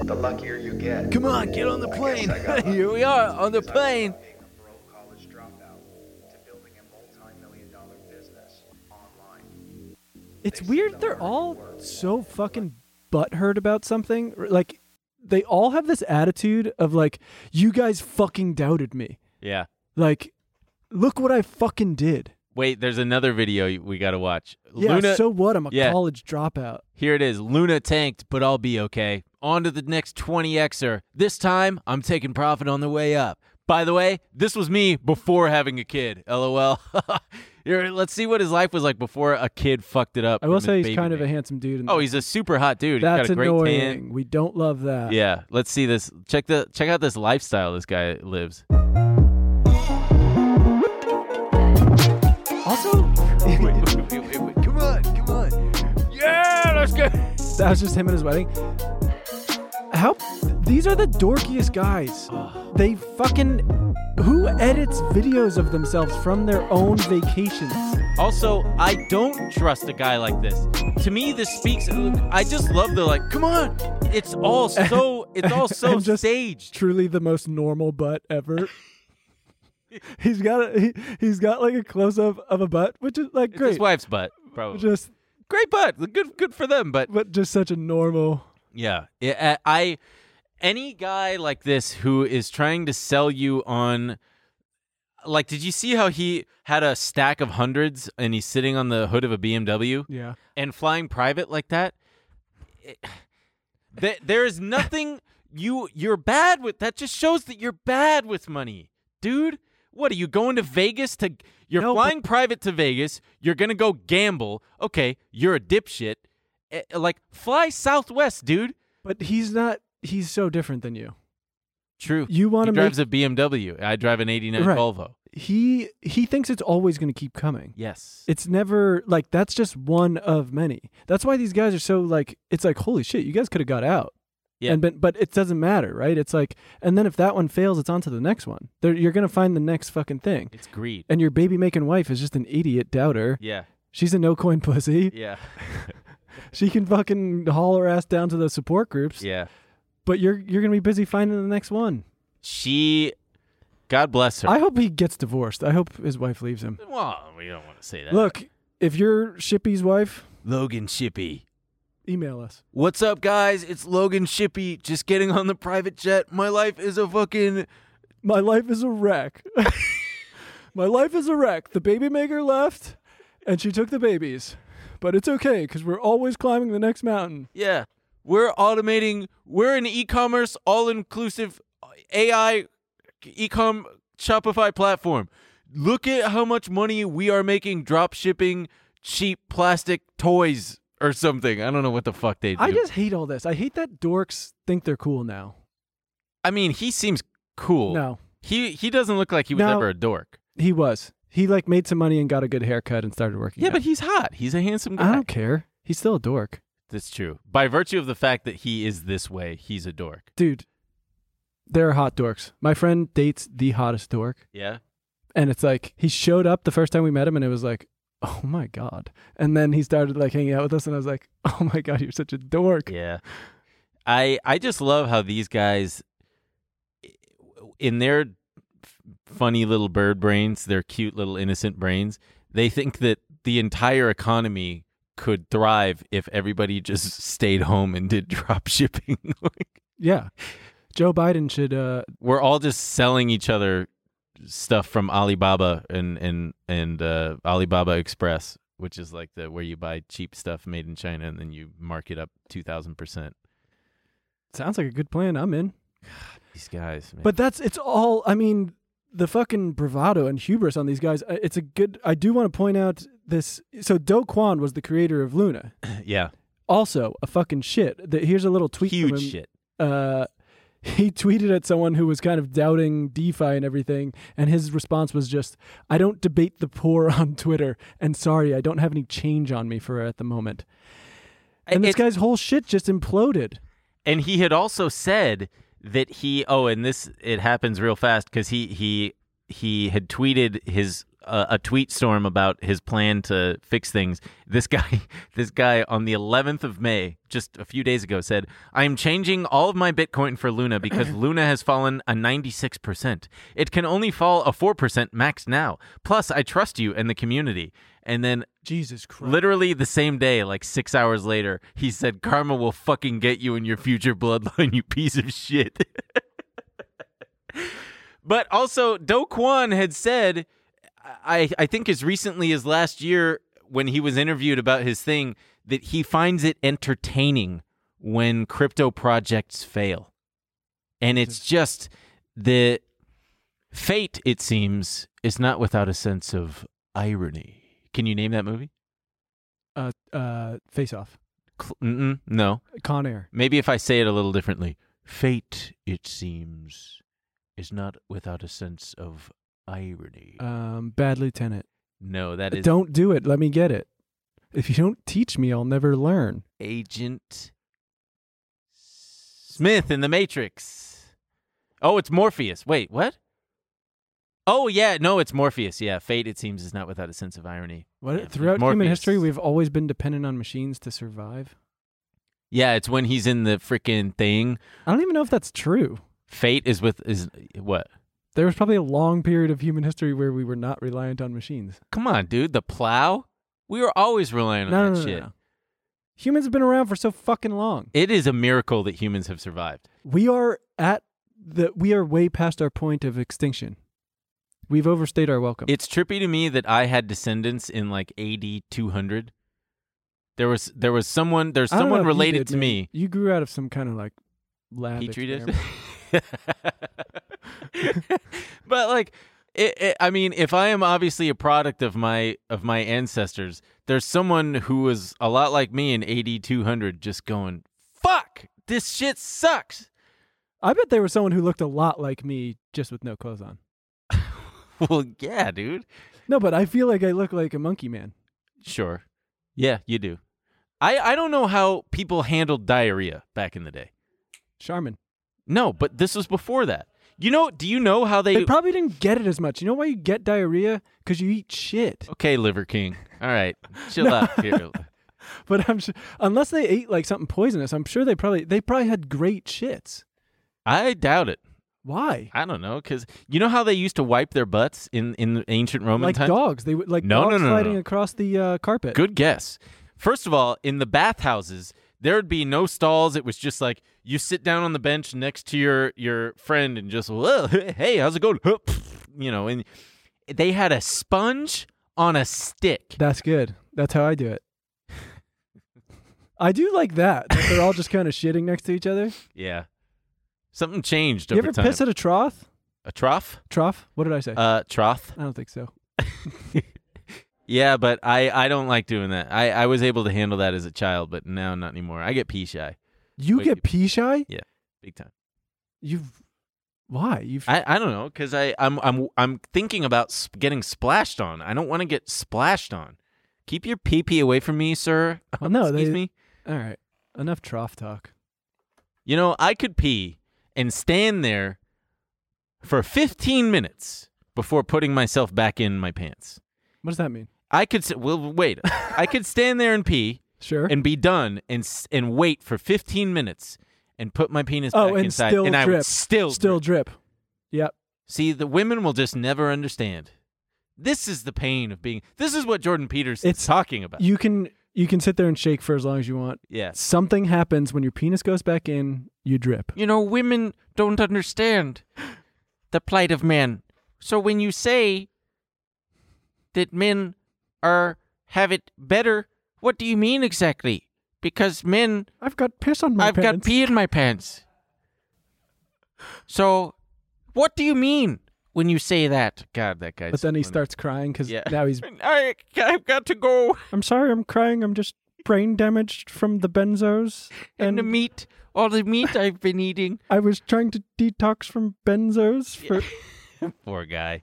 Speaker 5: the luckier you get.
Speaker 2: Come on, get on the
Speaker 5: I guess
Speaker 2: plane.
Speaker 5: I got
Speaker 2: <laughs> Here we are on the
Speaker 5: Because I went
Speaker 2: plane.
Speaker 5: from being a broke college dropout to building a multi-million dollar business online.
Speaker 1: <laughs> It's weird. They're all so fucking butthurt about something. R- Like, they all have this attitude of like, you guys fucking doubted me.
Speaker 2: Yeah.
Speaker 1: Like, look what I fucking did.
Speaker 2: Wait, there's another video we got to watch.
Speaker 1: Yeah.
Speaker 2: Luna
Speaker 1: so what? I'm a
Speaker 2: yeah.
Speaker 1: college dropout.
Speaker 2: Here it is. Luna tanked, but I'll be okay. On to the next 20xer. This time, I'm taking profit on the way up. By the way, this was me before having a kid. LOL. <laughs> Here, let's see what his life was like before a kid fucked it up.
Speaker 1: I will
Speaker 2: from his
Speaker 1: say he's
Speaker 2: baby
Speaker 1: kind of a
Speaker 2: name.
Speaker 1: handsome dude. And
Speaker 2: Oh, he's a super hot dude.
Speaker 1: that's
Speaker 2: he's got a great
Speaker 1: annoying.
Speaker 2: tan.
Speaker 1: We don't love that.
Speaker 2: Yeah, let's see this. Check the check out this lifestyle this guy lives.
Speaker 1: Also,
Speaker 2: Come on, come on. Yeah, let's go.
Speaker 1: that was just him at his wedding. How? These are the dorkiest guys. They fucking. Who edits videos of themselves from their own vacations?
Speaker 2: Also, I don't trust a guy like this. To me, this speaks. I just love the like. Come on,
Speaker 1: <laughs>
Speaker 2: it's all so. It's all so
Speaker 1: And just-
Speaker 2: staged.
Speaker 1: truly the most normal butt
Speaker 2: <laughs>
Speaker 1: ever. he's got a, he, he's got like a close up of a butt, which is like
Speaker 2: It's
Speaker 1: great.
Speaker 2: his wife's butt, probably.
Speaker 1: Just
Speaker 2: great butt. Good, good for them. But
Speaker 1: but just such a normal.
Speaker 2: Yeah. I, I any guy like this who is trying to sell you on like did you see how he had a stack of hundreds and he's sitting on the hood of a BMW
Speaker 1: Yeah.
Speaker 2: and flying private like that? It- <sighs> th- there is nothing you you're bad with that just shows that you're bad with money. Dude, what are you going to Vegas to you're
Speaker 1: No, but-
Speaker 2: flying private to Vegas, you're going to go gamble. Okay, you're a dipshit. Eh, Like fly Southwest, dude.
Speaker 1: But he's not he's so different than you.
Speaker 2: True.
Speaker 1: You wanna
Speaker 2: He drives
Speaker 1: make-
Speaker 2: a BMW. I drive an '89
Speaker 1: Right.
Speaker 2: Volvo.
Speaker 1: He he thinks it's always going to keep coming.
Speaker 2: Yes.
Speaker 1: It's never like that's just one of many. That's why these guys are so like it's like holy shit, you guys could have got out.
Speaker 2: Yeah.
Speaker 1: And but but it doesn't matter, right? It's like and then if that one fails, it's on to the next one. There you're going to find the next fucking thing.
Speaker 2: it's greed.
Speaker 1: And your baby making wife is just an idiot doubter.
Speaker 2: Yeah.
Speaker 1: She's a no coin pussy. <laughs>
Speaker 2: Yeah.
Speaker 1: She can fucking haul her ass down to the support groups.
Speaker 2: Yeah.
Speaker 1: But you're you're gonna be busy finding the next one.
Speaker 2: She. God bless her.
Speaker 1: I hope he gets divorced. I hope his wife leaves him.
Speaker 2: well, we don't want to say that.
Speaker 1: Look, if you're Shippy's wife,
Speaker 2: Logan Shippy.
Speaker 1: email us.
Speaker 2: What's up, guys? It's Logan Shippy. Just getting on the private jet. My life is a fucking.
Speaker 1: My life is a wreck. <laughs> My life is a wreck. The baby maker left, and she took the babies. But it's okay because we're always climbing the next mountain.
Speaker 2: Yeah. We're automating. We're an e-commerce all-inclusive AI e-com Shopify platform. Look at how much money we are making drop shipping cheap plastic toys or something. I don't know what the fuck they do.
Speaker 1: I just hate all this. I hate that dorks think they're cool now.
Speaker 2: I mean, he seems cool.
Speaker 1: No,
Speaker 2: He he doesn't look like he was
Speaker 1: No.
Speaker 2: ever a dork.
Speaker 1: he was. He like made some money and got a good haircut and started working.
Speaker 2: Yeah,
Speaker 1: out.
Speaker 2: but he's hot. He's a handsome guy.
Speaker 1: I don't care. He's still a dork.
Speaker 2: That's true. By virtue of the fact that he is this way, he's a dork.
Speaker 1: Dude, there are hot dorks. My friend dates the hottest dork.
Speaker 2: Yeah.
Speaker 1: And it's like, he showed up the first time we met him and it was like, oh my God. And then he started like hanging out with us and I was like, <laughs> oh my God, you're such a dork.
Speaker 2: <laughs> Yeah. I I just love how these guys in their f- funny little bird brains, their cute little innocent brains, they think that the entire economy could thrive if everybody just <laughs> stayed home and did <laughs> drop shipping. Like,
Speaker 1: Yeah. Joe Biden should, uh,
Speaker 2: We're all just selling each other stuff from Alibaba and and and uh, Alibaba Express, which is like the where you buy cheap stuff made in China and then you mark it up 2000%.
Speaker 1: sounds like a good plan. I'm in.
Speaker 2: These guys, man.
Speaker 1: But that's, it's all, I mean, the fucking bravado and hubris on these guys. uh, It's a good, I do want to point out this. So Do Kwon was the creator of Luna.
Speaker 2: yeah.
Speaker 1: Also a fucking shit. The- Here's a little tweet from
Speaker 2: huge
Speaker 1: him.
Speaker 2: shit.
Speaker 1: uh, <laughs> he tweeted at someone who was kind of doubting DeFi and everything, and his response was just, "I don't debate the poor <laughs> on Twitter, and sorry, I don't have any change on me for at the moment." And this
Speaker 2: It's-
Speaker 1: guy's whole shit just imploded.
Speaker 2: And he had also said that he oh, and this it happens real fast because he he he had tweeted his uh, a tweet storm about his plan to fix things. This <laughs> guy this guy on the 11th of May, just a few days ago, said I am changing all of my Bitcoin for Luna because Luna has fallen a 96 percent. It can only fall a four percent max now. Plus, I trust you and the community. And then
Speaker 1: Jesus Christ.
Speaker 2: Literally the same day, like six hours later, he said, Karma will fucking get you in your future bloodline, <laughs> you piece of shit. <laughs> but also, Do Kwon had said, I, I think as recently as last year, when he was interviewed about his thing, that he finds it entertaining when crypto projects fail. And it's just the fate, it seems, is not without a sense of irony. Can you name that movie?
Speaker 1: uh, uh, face off.
Speaker 2: Cl- Mm-mm, no.
Speaker 1: Con Air.
Speaker 2: Maybe if I say it a little differently. Fate, it seems, is not without a sense of irony.
Speaker 1: Um, Bad Lieutenant.
Speaker 2: no, that is
Speaker 1: Don't do it. Let me get it. If you don't teach me, I'll never learn.
Speaker 2: Agent Smith in The Matrix. Oh, it's Morpheus. Wait, what? Oh, yeah, no, it's Morpheus. Yeah, fate, it seems, is not without a sense of irony.
Speaker 1: What
Speaker 2: Yeah,
Speaker 1: throughout human
Speaker 2: Morpheus.
Speaker 1: history, we've always been dependent on machines to survive.
Speaker 2: Yeah, it's when he's in the freaking thing.
Speaker 1: I don't even know if that's true.
Speaker 2: Fate is with. is What?
Speaker 1: There was probably a long period of human history where we were not reliant on machines.
Speaker 2: Come on, dude. The plow? We were always relying on
Speaker 1: No, no,
Speaker 2: that
Speaker 1: no, no,
Speaker 2: shit.
Speaker 1: no. Humans have been around for so fucking long.
Speaker 2: It is a miracle that humans have survived.
Speaker 1: We are at the we are way past our point of extinction. We've overstayed our welcome.
Speaker 2: It's trippy to me that I had descendants in like AD 200. There was there was someone there's
Speaker 1: I don't know
Speaker 2: someone
Speaker 1: if you
Speaker 2: related
Speaker 1: did,
Speaker 2: to
Speaker 1: man.
Speaker 2: me.
Speaker 1: You grew out of some kind of like lab.
Speaker 2: Petri dish.
Speaker 1: experiment.
Speaker 2: <laughs> but like it, it, I mean, if I am obviously a product of my of my ancestors, there's someone who was a lot like me in AD 200 just going, "Fuck, this shit sucks." <laughs>
Speaker 1: I bet there was someone who looked a lot like me, just with no clothes on.
Speaker 2: well, yeah, dude.
Speaker 1: No, but I feel like I look like a monkey man.
Speaker 2: Sure. Yeah, you do. I, I don't know how people handled diarrhea back in the day.
Speaker 1: Charmin.
Speaker 2: No, but this was before that. You know, do you know how they.
Speaker 1: They probably didn't get it as much. You know why you get diarrhea? Because you eat shit.
Speaker 2: okay, Liver King. All right. Chill out here.
Speaker 1: <laughs> But I'm sure, unless they ate like something poisonous, I'm sure they probably they probably had great shits.
Speaker 2: I doubt it.
Speaker 1: Why?
Speaker 2: I don't know. Because you know how they used to wipe their butts in, in ancient Roman
Speaker 1: like
Speaker 2: times?
Speaker 1: dogs, they would like
Speaker 2: No, no,
Speaker 1: dogs
Speaker 2: no, no,
Speaker 1: sliding
Speaker 2: no.
Speaker 1: across the uh, carpet.
Speaker 2: Good guess. First of all, in the bathhouses, there'd be no stalls. It was just like you sit down on the bench next to your your friend and just, "Whoa, <laughs> hey, how's it going? Huh, pff," You know, and they had a sponge on a stick.
Speaker 1: <laughs> That's good. That's how I do
Speaker 2: <laughs>
Speaker 1: it. I do like that. that they're all just kind of shitting next to each other.
Speaker 2: Yeah, something changed
Speaker 1: You
Speaker 2: over
Speaker 1: ever
Speaker 2: time.
Speaker 1: piss at a trough?
Speaker 2: a trough?
Speaker 1: Trough? What did I say?
Speaker 2: Uh, trough.
Speaker 1: I don't think so.
Speaker 2: Yeah, but I I don't like doing that. I I was able to handle that as a child, but now not anymore. I get pee shy,
Speaker 1: You
Speaker 2: Wait,
Speaker 1: get
Speaker 2: you-
Speaker 1: pee shy?
Speaker 2: big time.
Speaker 1: You why? You
Speaker 2: I, I don't know because I I'm I'm I'm thinking about sp- getting splashed on. I don't want to get splashed on. Keep your pee pee away from me, sir.
Speaker 1: Well, <laughs> oh, no,
Speaker 2: excuse
Speaker 1: they-
Speaker 2: me.
Speaker 1: All right. Enough trough talk.
Speaker 2: You know I could pee and stand there for 15 minutes before putting myself back in my pants.
Speaker 1: What does that mean?
Speaker 2: I could s- well wait. I
Speaker 1: <laughs>
Speaker 2: could stand there and pee
Speaker 1: Sure.
Speaker 2: and be done and s- and wait for 15 minutes and put my penis
Speaker 1: oh,
Speaker 2: back
Speaker 1: and
Speaker 2: inside
Speaker 1: still
Speaker 2: and I
Speaker 1: drip.
Speaker 2: would still
Speaker 1: still
Speaker 2: drip.
Speaker 1: drip. Yep.
Speaker 2: See, the women will just never understand. This is the pain of being. This is what Jordan Peterson
Speaker 1: It's-
Speaker 2: is talking about.
Speaker 1: You can you can sit there and shake for as long as you want.
Speaker 2: yeah.
Speaker 1: Something happens when your penis goes back in, you drip.
Speaker 2: You know, women don't understand the plight of men. So when you say that men are have it better, what do you mean exactly? Because men,
Speaker 1: I've got piss on my
Speaker 2: I've got
Speaker 1: pants.
Speaker 2: pee in my pants. So, what do you mean when you say that? God, that guy.
Speaker 1: But then he starts crying because now he's
Speaker 2: <laughs> I, I've got to go.
Speaker 1: I'm sorry, I'm crying. I'm just brain damaged from the benzos.
Speaker 2: and the meat, all the meat I've been <laughs> eating.
Speaker 1: I was trying to detox from benzos for
Speaker 2: Poor guy.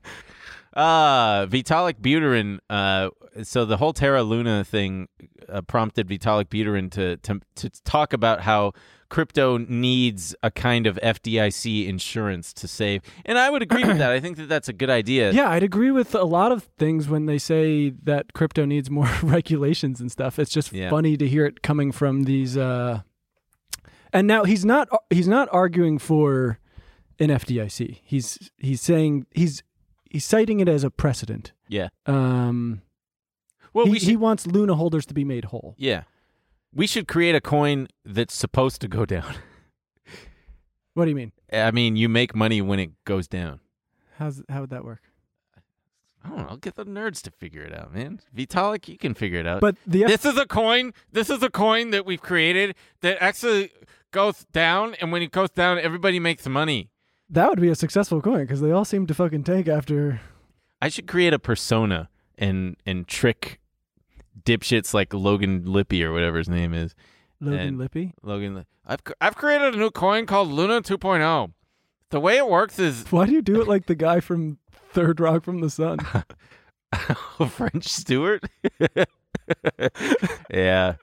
Speaker 2: Uh, Vitalik Buterin uh, so the whole Terra Luna thing uh, prompted Vitalik Buterin to, to to talk about how crypto needs a kind of FDIC insurance to save, and I would agree with that. I think that that's a good idea.
Speaker 1: Yeah, I'd agree with a lot of things when they say that crypto needs more <laughs> regulations and stuff. It's just
Speaker 2: Yeah.
Speaker 1: funny to hear it coming from these. Uh... And now he's not he's not arguing for an FDIC. He's he's saying he's he's citing it as a precedent.
Speaker 2: yeah.
Speaker 1: Um,
Speaker 2: Well,
Speaker 1: he,
Speaker 2: we should,
Speaker 1: he wants Luna holders to be made whole.
Speaker 2: yeah, we should create a coin that's supposed to go down. <laughs>
Speaker 1: What do you mean?
Speaker 2: I mean, you make money when it goes down.
Speaker 1: How's how would that work?
Speaker 2: I don't know. Get the nerds to figure it out, man. Vitalik, you can figure it out.
Speaker 1: But the F-
Speaker 2: this is a coin. This is a coin that we've created that actually goes down, and when it goes down, everybody makes money.
Speaker 1: that would be a successful coin because they all seem to fucking tank after.
Speaker 2: I should create a persona and and trick dipshits like Logan Lippy or whatever his name is.
Speaker 1: Logan
Speaker 2: And-
Speaker 1: Lippy.
Speaker 2: Logan, Li- I've cr- I've created a new coin called Luna 2.0. The way it works <laughs> is
Speaker 1: Why do you do it like the guy from Third Rock from the Sun?
Speaker 2: Oh, French Stewart. <laughs> yeah.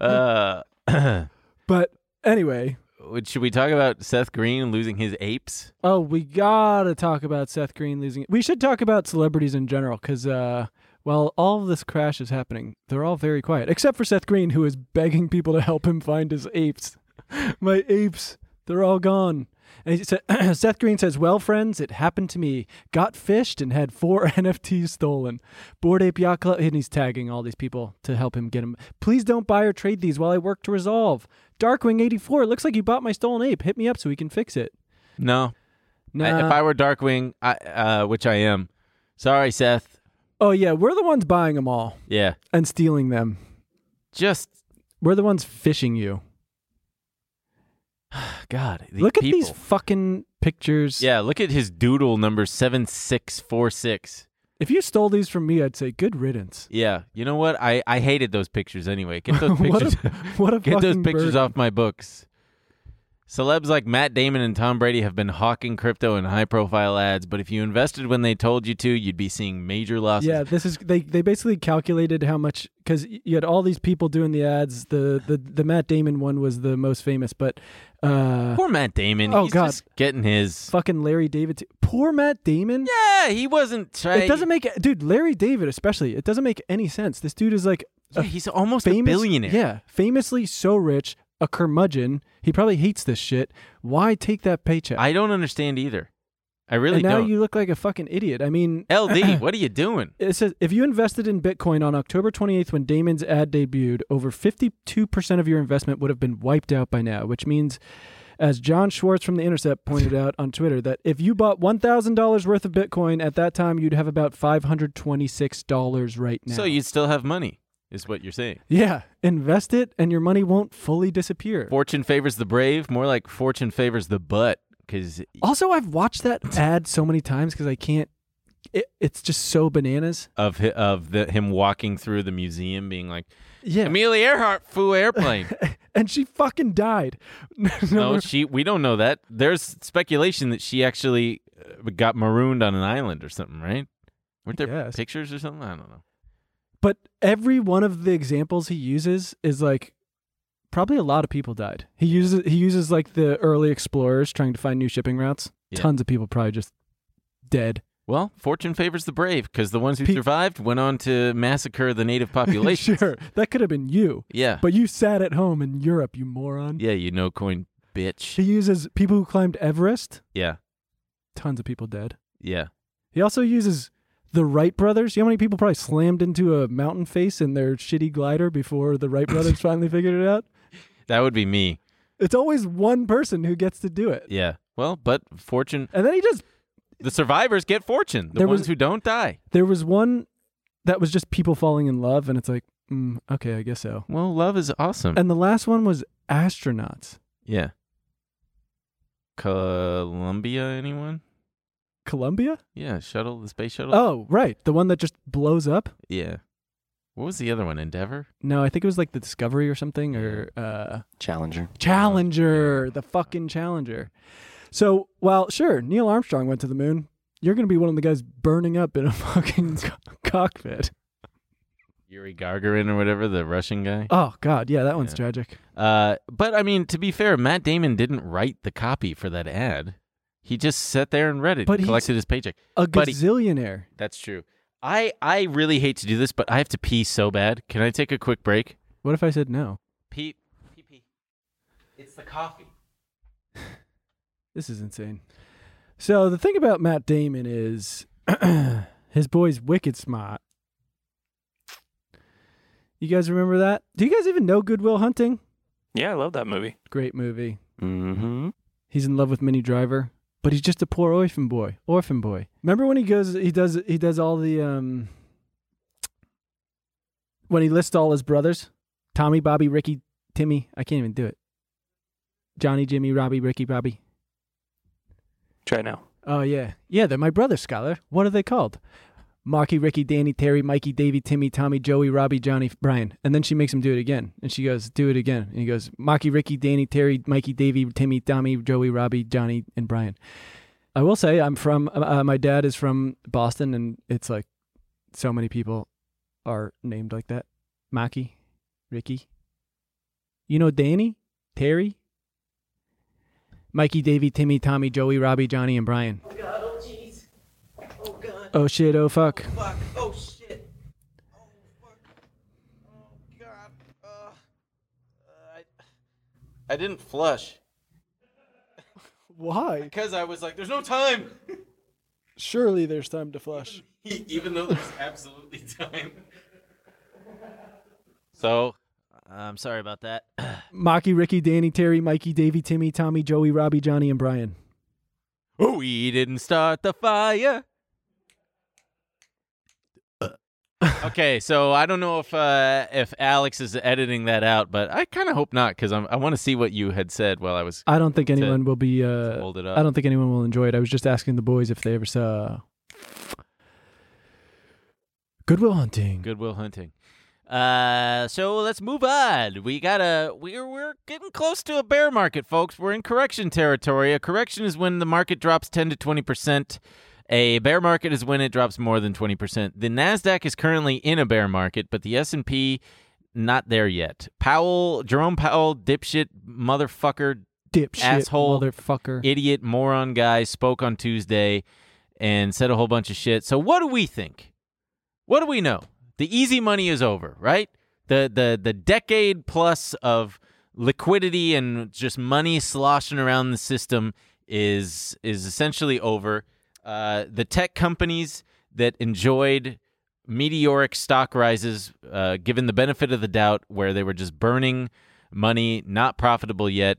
Speaker 2: Uh, <clears throat>
Speaker 1: But anyway,
Speaker 2: Would- Should we talk about Seth Green losing his apes?
Speaker 1: oh, we gotta talk about Seth Green losing. We should talk about celebrities in general because uh, while all of this crash is happening, they're all very quiet except for Seth Green, who is begging people to help him find his apes. <laughs> My apes, they're all gone. And he sa- <clears throat> Seth Green says, "Well, friends, it happened to me. Got fished and had four <laughs> NFTs stolen. Board Ape Yacht Club, and he's tagging all these people to help him get them. Please don't buy or trade these while I work to resolve. Darkwing eighty four. Looks like you bought my stolen ape. Hit me up so we can fix it.
Speaker 2: No. I-
Speaker 1: Nah.
Speaker 2: if I were Darkwing, I, uh, which I am, sorry, Seth.
Speaker 1: oh yeah, we're the ones buying them all
Speaker 2: Yeah,
Speaker 1: and stealing them.
Speaker 2: just
Speaker 1: We're the ones fishing you.
Speaker 2: God. the
Speaker 1: Look
Speaker 2: people.
Speaker 1: at these fucking pictures.
Speaker 2: Yeah, look at his doodle number seven six four six.
Speaker 1: If you stole these from me, I'd say good riddance.
Speaker 2: Yeah, you know what? I, I hated those pictures
Speaker 1: <laughs>
Speaker 2: anyway. Get those
Speaker 1: What
Speaker 2: pictures.
Speaker 1: a- what a
Speaker 2: <laughs> get those
Speaker 1: fucking
Speaker 2: pictures
Speaker 1: burden.
Speaker 2: off my books. Celebs like Matt Damon and Tom Brady have been hawking crypto and high profile ads, but if you invested when they told you to, you'd be seeing major losses.
Speaker 1: Yeah, this is they. They basically calculated how much because you had all these people doing the ads. The the the Matt Damon one was the most famous, but uh,
Speaker 2: Poor Matt Damon.
Speaker 1: Oh,
Speaker 2: He's
Speaker 1: God.
Speaker 2: just getting his.
Speaker 1: fucking Larry David. too. Poor Matt Damon.
Speaker 2: Yeah, he wasn't trying.
Speaker 1: It doesn't make dude Larry David especially. It doesn't make any sense. This dude is like
Speaker 2: Yeah, he's almost
Speaker 1: famous
Speaker 2: a billionaire.
Speaker 1: Yeah, famously so rich, a curmudgeon. He probably hates this shit. Why take that paycheck?
Speaker 2: I don't understand either. I really
Speaker 1: and now
Speaker 2: don't.
Speaker 1: you look like a fucking idiot. I mean, <laughs>
Speaker 2: LD, what are you doing?
Speaker 1: It says if you invested in Bitcoin on October 28th when Damon's ad debuted, over 52% of your investment would have been wiped out by now, which means as John Schwartz from The Intercept pointed out on Twitter that if you bought $1,000 worth of Bitcoin at that time, you'd have about $526 right now.
Speaker 2: So you still have money, is what you're saying.
Speaker 1: Yeah, invest it and your money won't fully disappear.
Speaker 2: Fortune favors the brave, more like fortune favors the butt. Because
Speaker 1: also, I've watched that ad so many times because I can't it, it's just so bananas.
Speaker 2: of hi- of the, him walking through the museum, being like
Speaker 1: Yeah.
Speaker 2: Amelia Earhart flew airplane.
Speaker 1: <laughs> and she fucking died. <laughs>
Speaker 2: no, she. We don't know that. There's speculation that she actually uh, got marooned on an island or something, right? Weren't there
Speaker 1: guess.
Speaker 2: pictures or something? I don't know.
Speaker 1: but every one of the examples he uses is like probably a lot of people died. He uses he uses like the early explorers trying to find new shipping routes.
Speaker 2: Yeah.
Speaker 1: Tons of people probably just dead. <laughs>
Speaker 2: Well, fortune favors the brave because the ones who
Speaker 1: Pe-
Speaker 2: survived went on to massacre the native
Speaker 1: <laughs>
Speaker 2: population.
Speaker 1: sure, that could have been you,
Speaker 2: Yeah.
Speaker 1: but you sat at home in Europe, you moron.
Speaker 2: yeah, you no coin
Speaker 1: He
Speaker 2: bitch.
Speaker 1: uses people who climbed Everest.
Speaker 2: Yeah.
Speaker 1: Tons of people dead.
Speaker 2: Yeah.
Speaker 1: He also uses the Wright brothers. You know how many people probably slammed into a mountain face in their shitty glider before the Wright brothers finally figured it out?
Speaker 2: That would be me.
Speaker 1: It's always one person who gets to do it.
Speaker 2: Yeah. Well, but fortune
Speaker 1: And then he just
Speaker 2: the survivors get fortune. The
Speaker 1: There
Speaker 2: ones
Speaker 1: was-
Speaker 2: who don't die.
Speaker 1: There was one that was just people falling in love, and it's like, mm, okay, I guess so.
Speaker 2: Well, love is awesome.
Speaker 1: And the last one was astronauts.
Speaker 2: yeah. Columbia anyone?
Speaker 1: Columbia?
Speaker 2: Yeah, shuttle, the space shuttle.
Speaker 1: Oh, right. The one that just blows up?
Speaker 2: Yeah. What was the other one? Endeavor?
Speaker 1: No, I think it was like the Discovery or something, or uh,
Speaker 7: Challenger.
Speaker 1: Challenger, the fucking Challenger. So, while sure, Neil Armstrong <laughs> went to the moon, you're going to be one of the guys burning up in a fucking co- cockpit.
Speaker 2: Yuri Gagarin or whatever, the Russian guy.
Speaker 1: Oh God, yeah, that one's
Speaker 2: Yeah.
Speaker 1: tragic.
Speaker 2: Uh, but I mean, to be fair, Matt Damon didn't write the copy for that ad. He just sat there and read it,
Speaker 1: But he's-
Speaker 2: collected his paycheck.
Speaker 1: A
Speaker 2: Buddy.
Speaker 1: gazillionaire.
Speaker 2: That's true. I I really hate to do this, but I have to pee so bad. Can I take a quick break?
Speaker 1: What if I said no?
Speaker 2: Pee, pee, pee. It's the coffee.
Speaker 1: This is insane. So the thing about Matt Damon is <clears throat> his boy's wicked smart. You guys remember that? Do you guys even know Goodwill Hunting?
Speaker 7: Yeah, I love that movie.
Speaker 1: Great movie.
Speaker 7: Mm-hmm.
Speaker 1: He's in love with Minnie Driver, but he's just a poor orphan boy. Orphan boy. Remember when he goes? He does. He does all the um. When he lists all his brothers, Tommy, Bobby, Ricky, Timmy. I can't even do it. Johnny, Jimmy, Robbie, Ricky, Bobby.
Speaker 7: Try now.
Speaker 1: Oh yeah, yeah. They're my brothers, Scholar. What are they called? Marky, Ricky, Danny, Terry, Mikey, Davy, Timmy, Tommy, Joey, Robbie, Johnny, Brian. And then she makes him do it again. And she goes, "Do it again." And he goes, "Marky, Ricky, Danny, Terry, Mikey, Davy, Timmy, Tommy, Joey, Robbie, Johnny, and Brian." I will say, I'm from. Uh, my dad is from Boston, and it's like so many people are named like that. Marky, Ricky. You know Danny, Terry, Mikey, Davy, Timmy, Tommy, Joey, Robbie, Johnny, and Brian.
Speaker 8: Oh jeez. Oh god.
Speaker 1: Oh shit, oh fuck.
Speaker 8: Fuck. Oh shit. Oh fuck. Oh god. Uh,
Speaker 2: I didn't flush
Speaker 1: Why?
Speaker 2: because I was like, "There's no time,"
Speaker 1: Surely there's time to flush.
Speaker 2: <laughs> even though there's absolutely time. <laughs> So, I'm sorry about that. <clears throat>
Speaker 1: Maki, Ricky, Danny, Terry, Mikey, Davy, Timmy, Tommy, Joey, Robbie, Johnny, and Brian.
Speaker 2: We didn't start the fire. okay, so I don't know if uh, if Alex is editing that out, but I kind of hope not because I want to see what you had said while I was.
Speaker 1: I don't think
Speaker 2: That's it.
Speaker 1: anyone will be. Uh,
Speaker 2: Hold it up.
Speaker 1: I don't think anyone will enjoy it. I was just asking the boys if they ever saw Goodwill Hunting.
Speaker 2: Goodwill Hunting. Uh, so let's move on. We gotta. We're we're getting close to a bear market, folks. We're in correction territory. A correction is when the market drops ten to twenty percent. A bear market is when it drops more than twenty percent. The Nasdaq is currently in a bear market, but the S and P not there yet. Powell, Jerome Powell, dipshit, motherfucker,
Speaker 1: Dipshit,
Speaker 2: Asshole.
Speaker 1: motherfucker.
Speaker 2: idiot, moron guy spoke on Tuesday and said a whole bunch of shit. So what do we think? What do we know? The easy money is over, right? The the the decade plus of liquidity and just money sloshing around the system is is essentially over. Uh, the tech companies that enjoyed meteoric stock rises, uh, given the benefit of the doubt, where they were just burning money, not profitable yet.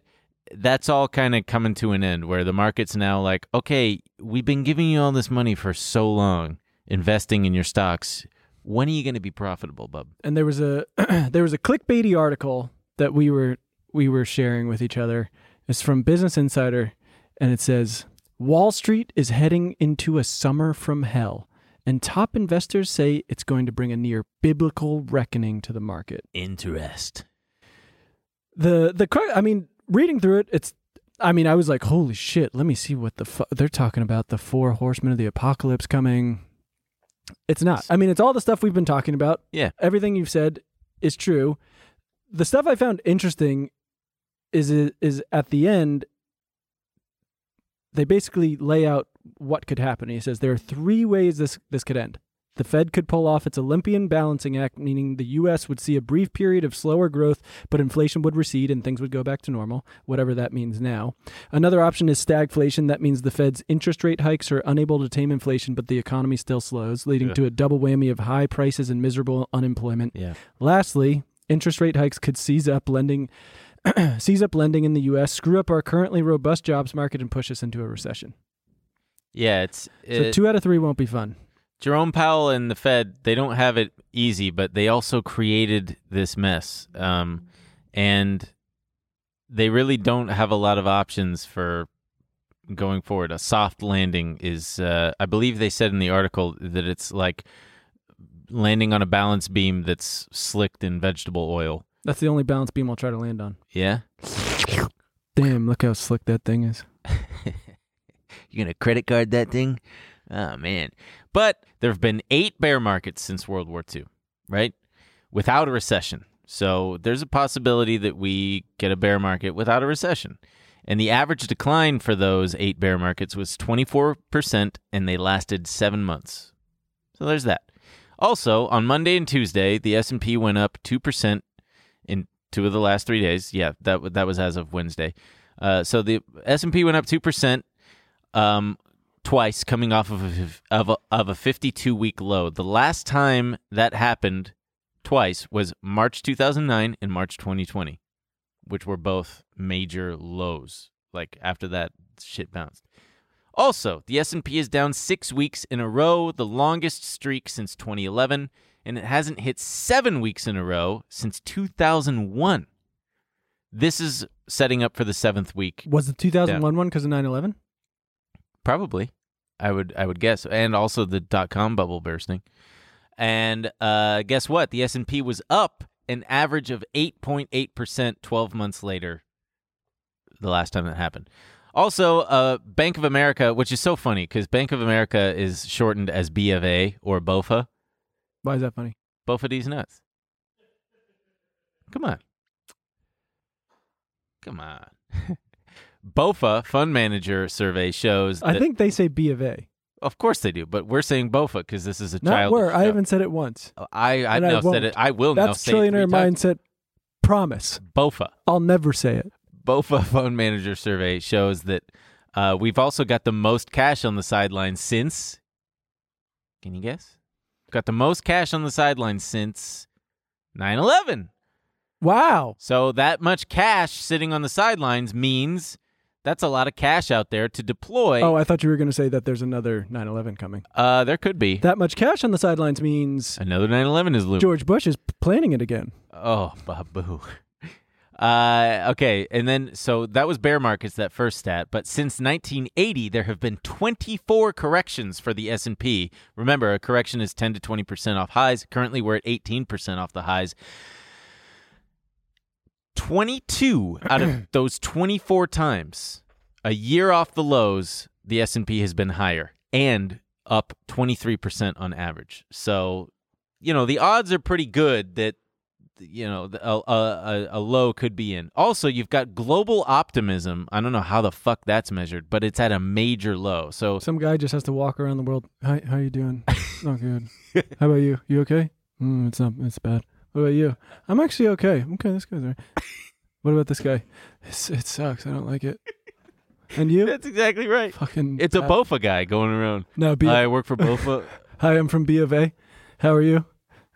Speaker 2: That's all kind of coming to an end where the market's now like, okay, we've been giving you all this money for so long investing in your stocks. When are you going to be profitable, bub?
Speaker 1: and there was a <clears throat> there was a clickbaity article that we were we were sharing with each other. It's from Business Insider, and it says Wall Street is heading into a summer from hell, and top investors say it's going to bring a near biblical reckoning to the market.
Speaker 2: Interest.
Speaker 1: The the cr- I mean, reading through it, it's I mean, I was like, holy shit, let me see what the fu- they're talking about. The four horsemen of the apocalypse coming. It's not. I mean, it's all the stuff we've been talking about
Speaker 2: Yeah.
Speaker 1: everything you've said is true. The stuff I found interesting is is at the end they basically lay out what could happen. He says there are three ways this this could end. The Fed could pull off its Olympian balancing act, meaning the US would see a brief period of slower growth, but inflation would recede and things would go back to normal, whatever that means now. Another option is stagflation. That means the Fed's interest rate hikes are unable to tame inflation, but the economy still slows, leading
Speaker 2: Yeah.
Speaker 1: to a double whammy of high prices and miserable unemployment.
Speaker 2: Yeah.
Speaker 1: Lastly, interest rate hikes could seize up lending <clears throat> seize up lending in the US, screw up our currently robust jobs market and push us into a recession.
Speaker 2: Yeah, it's
Speaker 1: so
Speaker 2: it,
Speaker 1: two out of 3 won't be fun.
Speaker 2: Jerome Powell and the Fed, they don't have it easy, but they also created this mess. Um, and they really don't have a lot of options for going forward. A soft landing is, uh, I believe they said in the article that it's like landing on a balance beam that's slicked in vegetable oil.
Speaker 1: That's the only balance beam I'll try to land on.
Speaker 2: Yeah?
Speaker 1: Damn, look how slick that thing is.
Speaker 2: You're going to credit card that thing? Oh, man. But there have been eight bear markets since World War II, right? without a recession. So there's a possibility that we get a bear market without a recession. And the average decline for those eight bear markets was 24%, and they lasted seven months. So there's that. Also, on Monday and Tuesday, the S&P went up 2% in two of the last three days. Yeah, that, w- that was as of Wednesday. Uh, so the S&P went up 2% um, twice coming off of a, fif- of a, of a 52-week low. The last time that happened twice was March 2009 and March 2020, which were both major lows. Like after that shit bounced. Also, the S&P is down 6 weeks in a row, the longest streak since 2011, and it hasn't hit 7 weeks in a row since 2001. This is setting up for the 7th week
Speaker 1: Was the 2001 one because of 9 11?
Speaker 2: Probably, I would I would guess, and also the dot com bubble bursting. And uh, guess what? The S and P was up an average of eight point eight percent twelve months later. The last time that happened. Also, uh, Bank of America, which is so funny because Bank of America is shortened as B of A or BOFA.
Speaker 1: Why is that funny?
Speaker 2: BOFA D's nuts. Come on. Come on. <laughs> BOFA fund manager survey shows
Speaker 1: I
Speaker 2: that-
Speaker 1: think they say B of A.
Speaker 2: of course they do, but we're saying Bofa because this is a
Speaker 1: Not
Speaker 2: child.
Speaker 1: where. I haven't said it once.
Speaker 2: I I
Speaker 1: and I
Speaker 2: now said
Speaker 1: won't.
Speaker 2: it. I will now
Speaker 1: That's
Speaker 2: say it.
Speaker 1: trillionaire
Speaker 2: three times.
Speaker 1: mindset. Promise.
Speaker 2: Bofa.
Speaker 1: I'll never say it.
Speaker 2: Bofa <laughs> phone manager survey shows that uh, we've also got the most cash on the sideline since. Can you guess? Got the most cash on the sideline since 9/11.
Speaker 1: Wow.
Speaker 2: So that much cash sitting on the sidelines means that's a lot of cash out there to deploy.
Speaker 1: Oh, I thought you were going to say that there's another 9 11 coming.
Speaker 2: uh, there could be
Speaker 1: That much cash on the sidelines means
Speaker 2: another 9/11 is looming.
Speaker 1: George Bush is p- planning it again.
Speaker 2: Oh, babu. Uh, okay, and then so that was bear markets that first stat, but since 1980 there have been 24 corrections for the S&P. Remember, a correction is 10 to 20% off highs. Currently we're at 18% off the highs. 22 out <clears throat> of those 24 times, a year off the lows, the S&P has been higher and up 23% on average. So, you know, the odds are pretty good that you know the- a, a, a- a low could be in also you've got global optimism i don't know how the fuck that's measured but it's at a major low so
Speaker 1: Some guy just has to walk around the world. Hi, how you
Speaker 2: <laughs>
Speaker 1: doing? not good. How about you? You okay? Mm, it's not. It's bad. What about you? I'm actually okay. Okay, this
Speaker 2: <laughs>
Speaker 1: guy's alright. what about this guy? It's, it sucks. I don't like it. And you?
Speaker 2: that's exactly right Uh,
Speaker 1: Fucking.
Speaker 2: it's a
Speaker 1: bad.
Speaker 2: bofa guy going around
Speaker 1: No, B.
Speaker 2: i work for bofa
Speaker 1: Hi, I'm from B of A. How are you?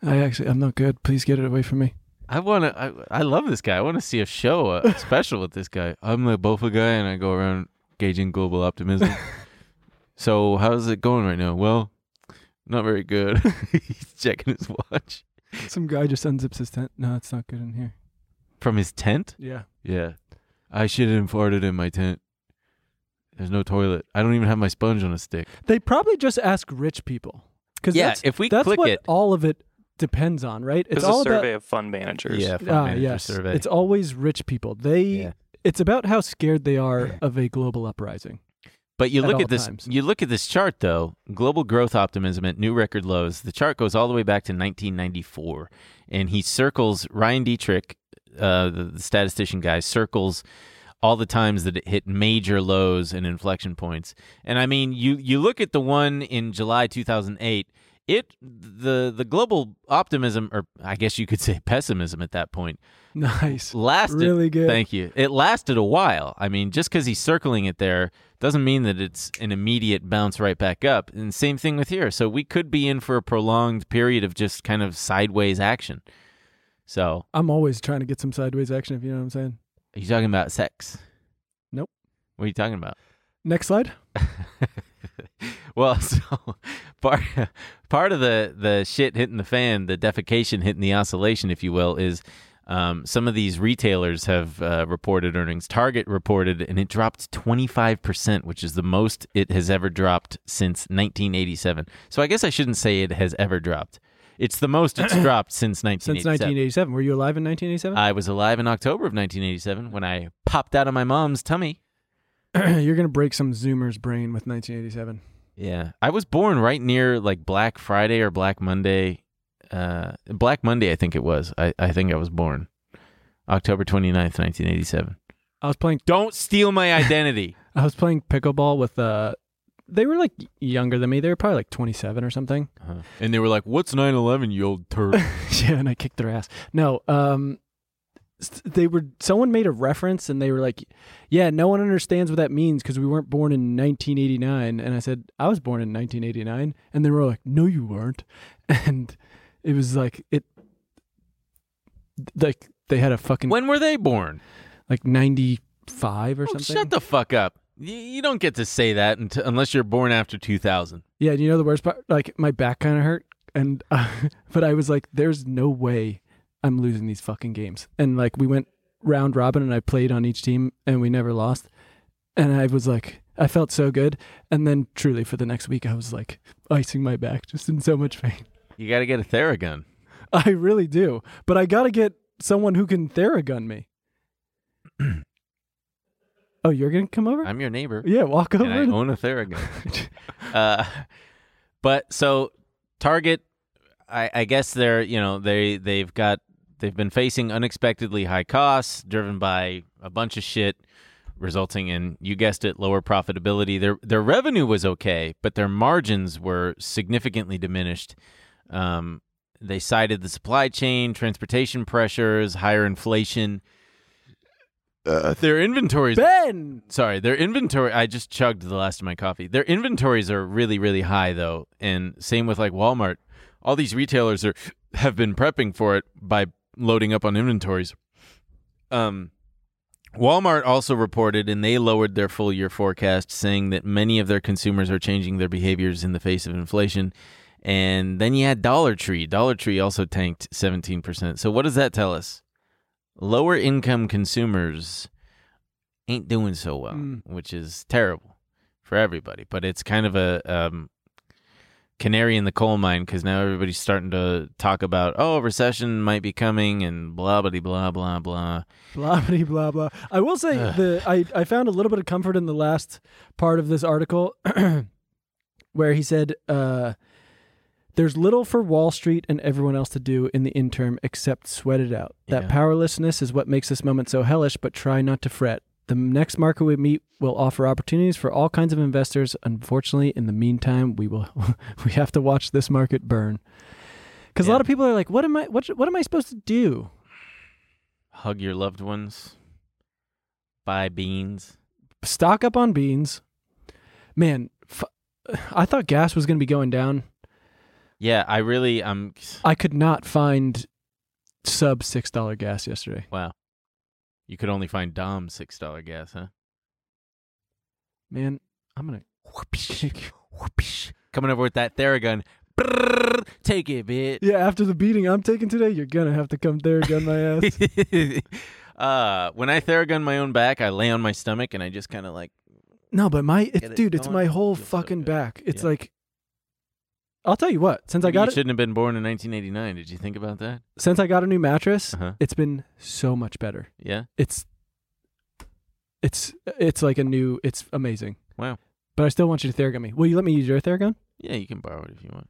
Speaker 1: I actually, I'm not good. Please get it away from me.
Speaker 2: i want to I, I love this guy i want to see a show <laughs> a special with this guy i'm the bofa guy and i go around gauging global <laughs> optimism so how's it going right now well not very good <laughs> he's checking his watch
Speaker 1: Some guy just unzips his tent. No, it's not good in here.
Speaker 2: from his tent
Speaker 1: Yeah.
Speaker 2: Yeah. I shitted and farted in my tent. There's no toilet. I don't even have my sponge on a stick.
Speaker 1: They probably just ask rich people. Because
Speaker 2: Yeah,
Speaker 1: that's,
Speaker 2: if we
Speaker 1: that's
Speaker 2: click
Speaker 1: what
Speaker 2: it-
Speaker 1: all of it depends on, right?
Speaker 7: It's a
Speaker 1: all
Speaker 7: survey of fund managers.
Speaker 1: about ah, yes. It's always rich people. They
Speaker 2: Yeah.
Speaker 1: it's about how scared they are of a global uprising. <laughs>
Speaker 2: But you
Speaker 1: at
Speaker 2: look
Speaker 1: all
Speaker 2: at this
Speaker 1: times.
Speaker 2: you look at this chart though, global growth optimism at new record lows. The chart goes all the way back to 1994 and he circles Ryan Dietrich, uh, the, the statistician guy circles all the times that it hit major lows and inflection points. And I mean, you you look at the one in July 2008, it the the global optimism or I guess you could say <laughs> pessimism at that point
Speaker 1: Nice.
Speaker 2: lasted
Speaker 1: Really good.
Speaker 2: Thank you. It lasted a while. I mean, just because he's circling it there doesn't mean that it's an immediate bounce right back up. And same thing with here. So we could be in for a prolonged period of just kind of sideways action. So
Speaker 1: I'm always trying to get some sideways action if you know what I'm saying.
Speaker 2: are you talking about sex?
Speaker 1: Nope.
Speaker 2: What are you talking about?
Speaker 1: Next slide.
Speaker 2: well, <laughs> so part part of the the shit hitting the fan, the defecation hitting the oscillation, if you will, is um, some of these retailers have uh, reported earnings. Target reported, and it dropped twenty five percent, which is the most it has ever dropped since nineteen eighty seven. So I guess I shouldn't say it has ever dropped. It's the most <coughs> it's dropped since nineteen
Speaker 1: Since
Speaker 2: eighty
Speaker 1: 1987.
Speaker 2: seven.
Speaker 1: Were you alive in 1987?
Speaker 2: I was alive in October of 1987 when I popped out of my mom's tummy.
Speaker 1: <clears throat> You're going to break some zoomer's brain with 1987.
Speaker 2: Yeah, I was born right near like Black Friday or Black Monday uh, Black Monday, I think it was. I, I think I was born October 29th, 1987.
Speaker 1: I was playing
Speaker 2: Don't steal my <laughs> identity.
Speaker 1: I was playing pickleball with uh they were like younger than me. They were probably like 27 or something.
Speaker 2: And they were like, "What's 9/11, you old turd?"
Speaker 1: <laughs> yeah, and I kicked their ass. No, um s- they were someone made a reference and they were like, "Yeah, no one understands what that means because we weren't born in 1989." And I said, "I was born in 1989." And they were like, "No, you weren't." <laughs> And it was like it like they had a fucking
Speaker 2: <laughs> when were they born?
Speaker 1: like 95 <laughs> or
Speaker 2: Oh,
Speaker 1: something.
Speaker 2: shut the fuck up. You, you don't get to say that until, unless you're born after 2000.
Speaker 1: Yeah, and you know the worst part? Like my back kind of hurt, and <laughs> uh, but I was like, "There's no way I'm losing these fucking games." And like we went round robin, and I played on each team, and we never lost. And I was like, I felt so good. And then truly, for the next week, I was like icing my back, <laughs> just in so much pain.
Speaker 2: You got to get a Theragun.
Speaker 1: I really do, but I gotta get someone who can theragun
Speaker 2: <clears throat>
Speaker 1: me. oh, you're gonna come over?
Speaker 2: I'm your neighbor.
Speaker 1: yeah, walk over.
Speaker 2: and I
Speaker 1: and-
Speaker 2: own a Theragun. uh, but so Target, I, I guess they're you know they they've got they've been facing unexpectedly high costs driven by a bunch of shit, resulting in you guessed it lower profitability. Their their revenue was okay, but their margins were significantly diminished. Um, they cited the supply chain, transportation pressures, higher inflation. Uh, their inventories
Speaker 1: ben.
Speaker 2: sorry, their inventory. I just chugged the last of my coffee. Their inventories are really, really high though, and same with like Walmart. All these retailers are have been prepping for it by loading up on inventories. Um, Walmart also reported, and they lowered their full year forecast, saying that many of their consumers are changing their behaviors in the face of inflation. And then you had Dollar Tree. Dollar Tree also tanked 17%. So, what does that tell us? Lower income consumers ain't doing so well,
Speaker 1: Mm.
Speaker 2: which is terrible for everybody. But it's kind of a um, canary in the coal mine because now everybody's starting to talk about, oh, recession might be coming and blah, blah, blah, blah, blah.
Speaker 1: <laughs> blah blah blah blah. I will say
Speaker 2: Ugh.
Speaker 1: the I, I found a little bit of comfort in the last part of this article <clears throat> where he said uh, there's little for Wall Street and everyone else to do in the interim except sweat it out. That
Speaker 2: Yeah.
Speaker 1: powerlessness is what makes this moment so hellish, but try not to fret. The next market we meet will offer opportunities for all kinds of investors. Unfortunately, in the meantime, we will <laughs> we have to watch this market burn. Because a
Speaker 2: Yeah.
Speaker 1: lot of people are like, "What am I? What, what am I supposed to do?"
Speaker 2: hug your loved ones, buy beans.
Speaker 1: stock up on beans. Man, f- I thought gas was going to be going down.
Speaker 2: Yeah, I really um
Speaker 1: I could not find sub $6 gas yesterday.
Speaker 2: wow. You could only find Dom six dollar gas, huh?
Speaker 1: Man, I'm going to
Speaker 2: Whoopish. Coming over with that Theragun. Brrrr, take it, bitch.
Speaker 1: Yeah, after the beating I'm taking today, you're going to have to come there gun <laughs> my ass.
Speaker 2: <laughs> uh, when I Theragun my own back, I lay on my stomach and I just kind of like
Speaker 1: no, but my it's,
Speaker 2: Get it
Speaker 1: dude, it's
Speaker 2: going.
Speaker 1: my whole
Speaker 2: Feels so
Speaker 1: fucking
Speaker 2: good.
Speaker 1: back. It's
Speaker 2: Yeah.
Speaker 1: like I'll tell you what, since I
Speaker 2: maybe
Speaker 1: got
Speaker 2: you
Speaker 1: it,
Speaker 2: shouldn't have been born in 1989. Did you think about that?
Speaker 1: since I got a new mattress,
Speaker 2: Uh-huh.
Speaker 1: it's been so much better.
Speaker 2: Yeah.
Speaker 1: It's it's it's like a new it's amazing.
Speaker 2: Wow.
Speaker 1: But I still want you to Theragun me. Will you let me use your Theragun?
Speaker 2: Yeah, you can borrow it if you want.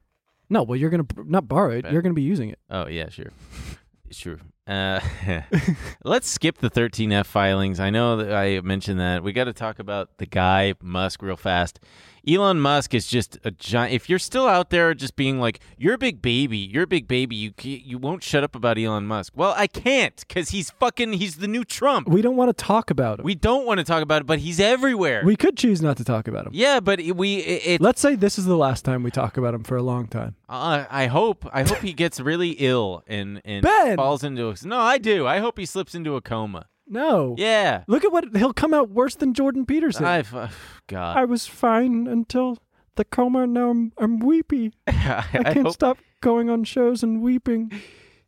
Speaker 1: No, well, you're gonna b- not borrow it.
Speaker 2: Bet.
Speaker 1: You're gonna be using it.
Speaker 2: Oh yeah, sure, <laughs> sure. Uh, <laughs> let's skip the 13F filings. I know that I mentioned that. We got to talk about the guy Musk real fast. Elon Musk is just a giant. If you're still out there just being like, "You're a big baby, you're a big baby," you ca- you won't shut up about Elon Musk. Well, I can't because he's fucking. He's the new Trump.
Speaker 1: We don't want to talk about him.
Speaker 2: We don't want to talk about it, but he's everywhere.
Speaker 1: we could choose not to talk about him.
Speaker 2: yeah, but it, we it, it-
Speaker 1: Let's say this is the last time we talk about him for a long time.
Speaker 2: Uh, I hope. I hope he gets really ill and and
Speaker 1: Ben!
Speaker 2: falls into a. No, I do. I hope he slips into a coma.
Speaker 1: No.
Speaker 2: Yeah.
Speaker 1: Look at what he'll come out worse than Jordan Peterson.
Speaker 2: I uh, God.
Speaker 1: I was fine until the coma. Now I'm, I'm weepy.
Speaker 2: <laughs> I,
Speaker 1: I can't
Speaker 2: hope
Speaker 1: stop going on shows and weeping.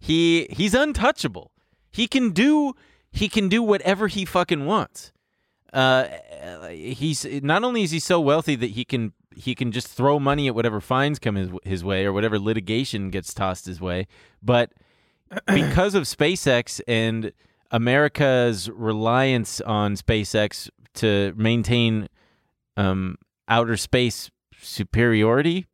Speaker 2: he he's untouchable. He can do he can do whatever he fucking wants. Uh, he's not only is he so wealthy that he can he can just throw money at whatever fines come his his way or whatever litigation gets tossed his way, but because of SpaceX and America's reliance on SpaceX to maintain um, outer space superiority,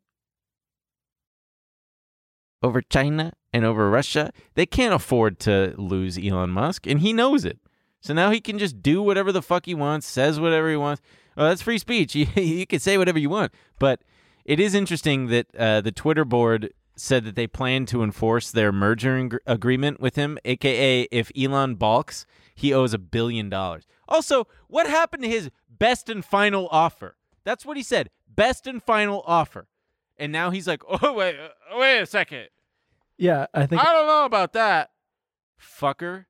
Speaker 2: over China and over Russia. They can't afford to lose Elon Musk, and he knows it. So now he can just do whatever the fuck he wants, says whatever he wants. Well, that's free speech. <laughs> You, you can say whatever you want. But it is interesting that uh, the Twitter board said that they plan to enforce their merger ing- agreement with him, aka if Elon balks, he owes a billion dollars. Also, what happened to his best and final offer? That's what he said, best and final offer. And now he's like, <laughs> oh wait, uh, wait a second,
Speaker 1: Yeah, I think
Speaker 2: I don't know about that, fucker.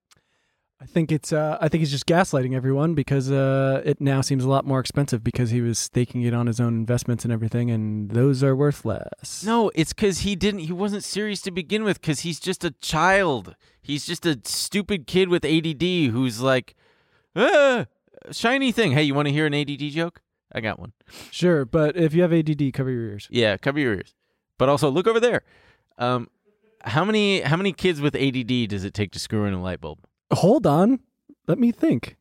Speaker 1: I think it's uh, I think he's just gaslighting everyone because uh, it now seems a lot more expensive because he was staking it on his own investments and everything, and those are worth less.
Speaker 2: No, it's because he didn't. He wasn't serious to begin with. Because he's just a child. He's just a stupid kid with ADD who's like, ah, shiny thing. Hey, you want to hear an ADD joke? I got one.
Speaker 1: sure, but if you have ADD, cover your ears.
Speaker 2: Yeah, cover your ears. But also look over there. Um, how many how many kids with ADD does it take to screw in a light bulb?
Speaker 1: Hold on, let me think.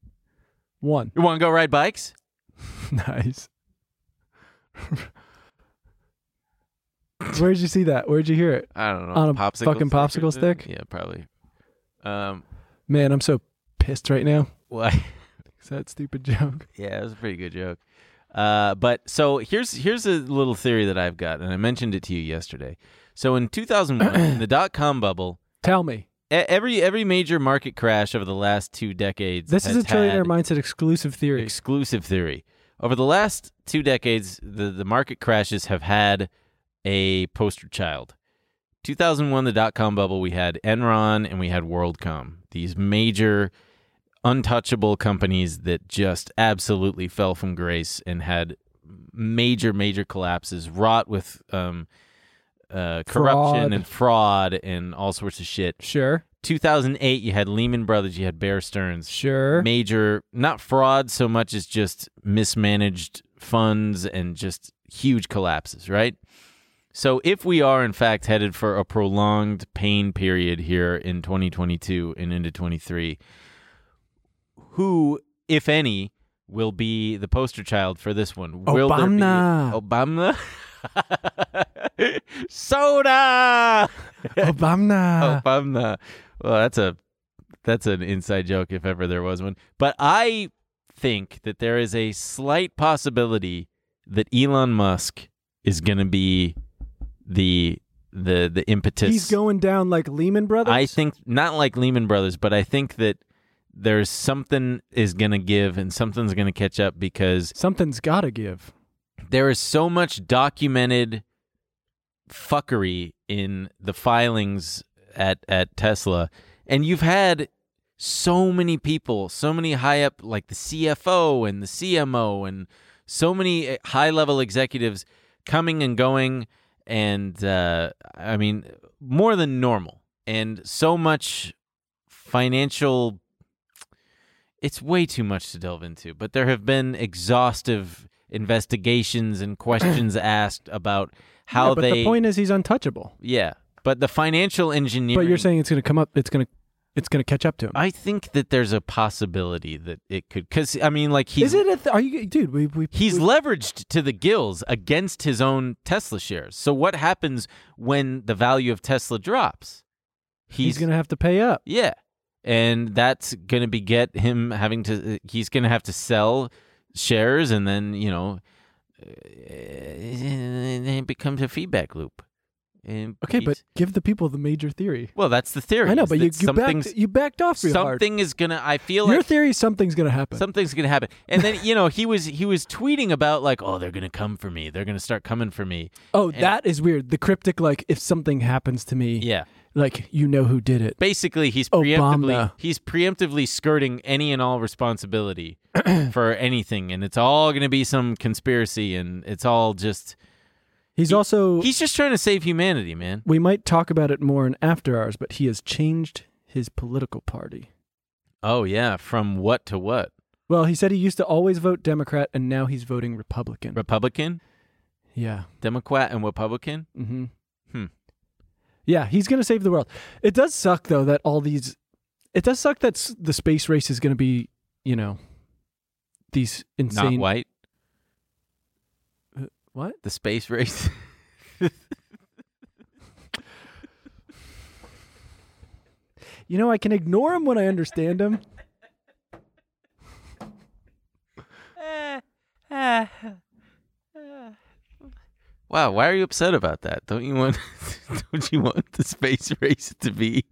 Speaker 1: One, <laughs>
Speaker 2: You want to go ride bikes?
Speaker 1: nice. Where'd you see that? Where'd you hear it?
Speaker 2: I don't know.
Speaker 1: On a
Speaker 2: popsicle
Speaker 1: fucking
Speaker 2: or
Speaker 1: popsicle
Speaker 2: something?
Speaker 1: stick?
Speaker 2: Yeah, probably. Um,
Speaker 1: Man, I'm so pissed right now.
Speaker 2: why? <laughs>
Speaker 1: It's that stupid joke.
Speaker 2: Yeah, it was a pretty good joke. Uh, but so here's here's a little theory that I've got, and I mentioned it to you yesterday. So in
Speaker 1: <clears throat>
Speaker 2: 2001, in the dot com bubble,
Speaker 1: Tell me,
Speaker 2: e- every every major market crash over the last two decades.
Speaker 1: this is a
Speaker 2: has
Speaker 1: trillionaire
Speaker 2: had
Speaker 1: mindset exclusive theory.
Speaker 2: Exclusive theory. Over the last two decades, the, the market crashes have had a poster child. 2001, the dot com bubble, we had Enron and we had WorldCom, these major untouchable companies that just absolutely fell from grace and had major, major collapses, wrought with um, uh, corruption
Speaker 1: Fraud.
Speaker 2: and fraud and all sorts of shit.
Speaker 1: sure,
Speaker 2: 2008, you had Lehman Brothers, you had Bear Stearns
Speaker 1: sure.
Speaker 2: major not fraud so much as just mismanaged funds and just huge collapses, right? So if we are in fact headed for a prolonged pain period here in 2022 and into 23, who if any will be the poster child for this one? Will there be-
Speaker 1: Obama.
Speaker 2: Obama? <laughs> Soda!
Speaker 1: <laughs>
Speaker 2: Oh,
Speaker 1: Obama.
Speaker 2: Obama. Well, that's a that's an inside joke if ever there was one. But I think that there is a slight possibility that Elon Musk is going to be the the the impetus.
Speaker 1: He's going down like Lehman Brothers.
Speaker 2: I think not like Lehman Brothers, but I think that there's something is going to give and something's going to catch up because
Speaker 1: something's got to give.
Speaker 2: there is so much documented fuckery in the filings at at Tesla and you've had so many people so many high up like the CFO and the CMO and so many eh, high level executives coming and going and uh, I mean more than normal and so much financial it's way too much to delve into, but there have been exhaustive investigations
Speaker 1: <clears throat>
Speaker 2: and questions asked about how
Speaker 1: yeah, but
Speaker 2: they
Speaker 1: the point is he's untouchable.
Speaker 2: Yeah. But the financial engineering
Speaker 1: But you're saying it's going to come up. It's going to it's going to catch up to him.
Speaker 2: I think that there's a possibility that it could cuz I mean like
Speaker 1: is
Speaker 2: he's
Speaker 1: it? A th- are you, dude? We we
Speaker 2: He's
Speaker 1: we-
Speaker 2: leveraged to the gills against his own Tesla shares. So what happens when the value of Tesla drops?
Speaker 1: he's, going to have to pay up.
Speaker 2: Yeah. And that's going to beget him having to, uh, he's going to have to sell shares and then, you know, uh, and it becomes a feedback loop. And
Speaker 1: Okay, but
Speaker 2: he's-
Speaker 1: give the people the major theory.
Speaker 2: well, that's the theory.
Speaker 1: I know,
Speaker 2: is
Speaker 1: but
Speaker 2: that
Speaker 1: you you
Speaker 2: something's-
Speaker 1: backed you backed off real hard.
Speaker 2: something is going to, I feel
Speaker 1: Your
Speaker 2: like
Speaker 1: theory is something's going to happen.
Speaker 2: something's going to happen. And then, you know, he was, he was tweeting about like, oh, they're going to come for me. They're going to start coming for me.
Speaker 1: oh,
Speaker 2: and-
Speaker 1: that is weird. The cryptic like if something happens to me,
Speaker 2: Yeah.
Speaker 1: like you know who did it.
Speaker 2: basically he's
Speaker 1: Obama.
Speaker 2: preemptively he's preemptively skirting any and
Speaker 1: <clears throat>
Speaker 2: all responsibility for anything and it's all going to be some conspiracy and it's all just
Speaker 1: He's also
Speaker 2: he's just trying to save humanity man
Speaker 1: we might talk about it more in after hours, but he has changed his political party.
Speaker 2: oh yeah from what to what
Speaker 1: Well, he said he used to always vote Democrat, and now he's voting Republican.
Speaker 2: republican
Speaker 1: yeah.
Speaker 2: democrat and republican
Speaker 1: Mm-hmm.
Speaker 2: Hmm.
Speaker 1: Yeah, he's going to save the world. It does suck though that all these. It does suck that s- the space race is going to be, you know, these insane.
Speaker 2: not white
Speaker 1: What?
Speaker 2: <laughs> the space race
Speaker 1: You know, I can ignore him when I understand
Speaker 2: <laughs>
Speaker 1: him.
Speaker 2: Wow, why are you upset about that? Don't you want <laughs> don't you want the space <laughs> race to be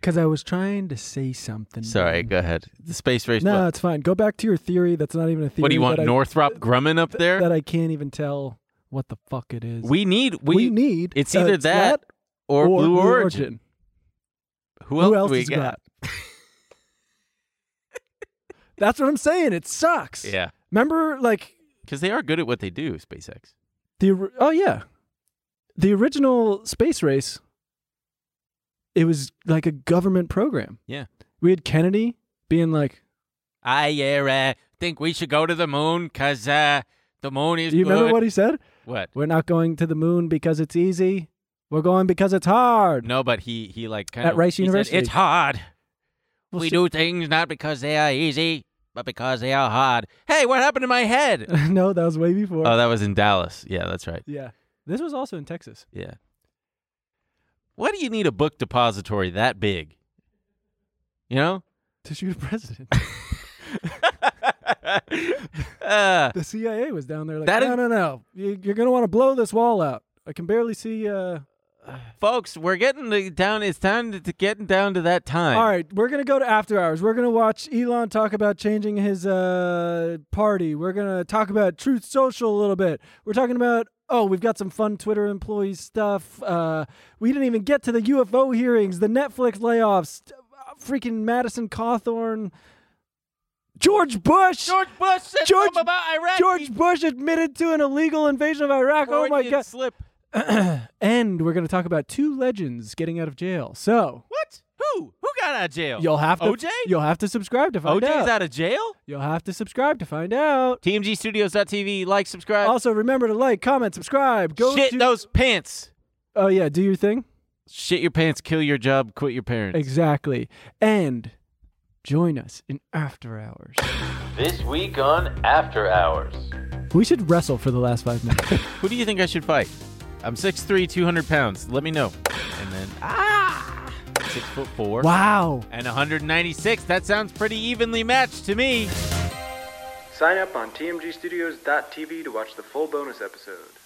Speaker 1: Because I was trying to say something.
Speaker 2: Sorry, go ahead. The space race
Speaker 1: No,
Speaker 2: what-
Speaker 1: it's fine. Go back to your theory. That's not even a theory.
Speaker 2: What do you want,
Speaker 1: that I-
Speaker 2: Northrop Grumman up there?
Speaker 1: That I can't even tell what the fuck it is.
Speaker 2: we need we,
Speaker 1: We need
Speaker 2: it's
Speaker 1: uh,
Speaker 2: either that or, Blue, Origin. Who else,
Speaker 1: Who
Speaker 2: do
Speaker 1: else
Speaker 2: we
Speaker 1: is
Speaker 2: got?
Speaker 1: got? <laughs> That's what I'm saying. It sucks.
Speaker 2: Yeah,
Speaker 1: Remember, like
Speaker 2: because they are good at what they do. SpaceX.
Speaker 1: the or- oh yeah, the original space race. It was like a government program.
Speaker 2: Yeah.
Speaker 1: We had Kennedy being like,
Speaker 2: I yeah, uh, think we should go to the moon because uh, the moon is.
Speaker 1: "Do you remember
Speaker 2: good.
Speaker 1: what he said?
Speaker 2: What?
Speaker 1: We're not going to the moon because it's easy. We're going because it's hard."
Speaker 2: No, but he he like kind
Speaker 1: At
Speaker 2: of
Speaker 1: Rice
Speaker 2: he said,
Speaker 1: University.
Speaker 2: it's hard.
Speaker 1: Well,
Speaker 2: we
Speaker 1: sh-
Speaker 2: do things not because they are easy, but because they are hard. Hey, what happened to my head?
Speaker 1: <laughs> no, that was way before.
Speaker 2: oh, that was in Dallas. Yeah, that's right.
Speaker 1: yeah. This was also in Texas.
Speaker 2: Yeah. Why do you need a book depository that big? You
Speaker 1: <laughs>
Speaker 2: know.
Speaker 1: to shoot a
Speaker 2: <laughs>
Speaker 1: president.
Speaker 2: Uh,
Speaker 1: the CIA was down there like,
Speaker 2: That
Speaker 1: no,
Speaker 2: is-
Speaker 1: no, no. You, you're going to want to blow this wall out. I can barely see. Uh...
Speaker 2: folks, we're getting to down. It's time to, to getting down to that time.
Speaker 1: All right, we're going to go to After Hours. We're going to watch Elon talk about changing his uh, party. We're going to talk about Truth Social a little bit. We're talking about, oh, we've got some fun Twitter employee stuff. Uh, we didn't even get to the UFO hearings, the Netflix layoffs, uh, freaking Madison Cawthorn, George Bush.
Speaker 2: George Bush said
Speaker 1: George-
Speaker 2: something about Iraq.
Speaker 1: George Bush admitted to an illegal invasion of Iraq. Oh my
Speaker 2: Freudian
Speaker 1: god.
Speaker 2: Slip.
Speaker 1: And we're going to talk about two legends getting out of jail. So,
Speaker 2: What? Who? Who got out of jail?
Speaker 1: you'll have to
Speaker 2: OJ?
Speaker 1: you'll have to subscribe to find
Speaker 2: OJ's
Speaker 1: out.
Speaker 2: out of jail?
Speaker 1: You'll have to subscribe to find out.
Speaker 2: TMGstudios.tv. Like, subscribe.
Speaker 1: Also, remember to like, comment, subscribe. Go
Speaker 2: Shit
Speaker 1: to-
Speaker 2: those pants.
Speaker 1: Oh yeah, do your thing.
Speaker 2: Shit your pants. Kill your job. Quit your parents.
Speaker 1: Exactly. And join us in after hours.
Speaker 9: This week on After Hours.
Speaker 1: we should wrestle for the last 5 minutes.
Speaker 2: Who do you think I should fight? I'm 6'3", 200 pounds. Let me know. And then ah, six foot four.
Speaker 1: wow.
Speaker 2: And 196. That sounds pretty evenly matched to me.
Speaker 5: Sign up on tmgstudios.tv to watch the full bonus episode.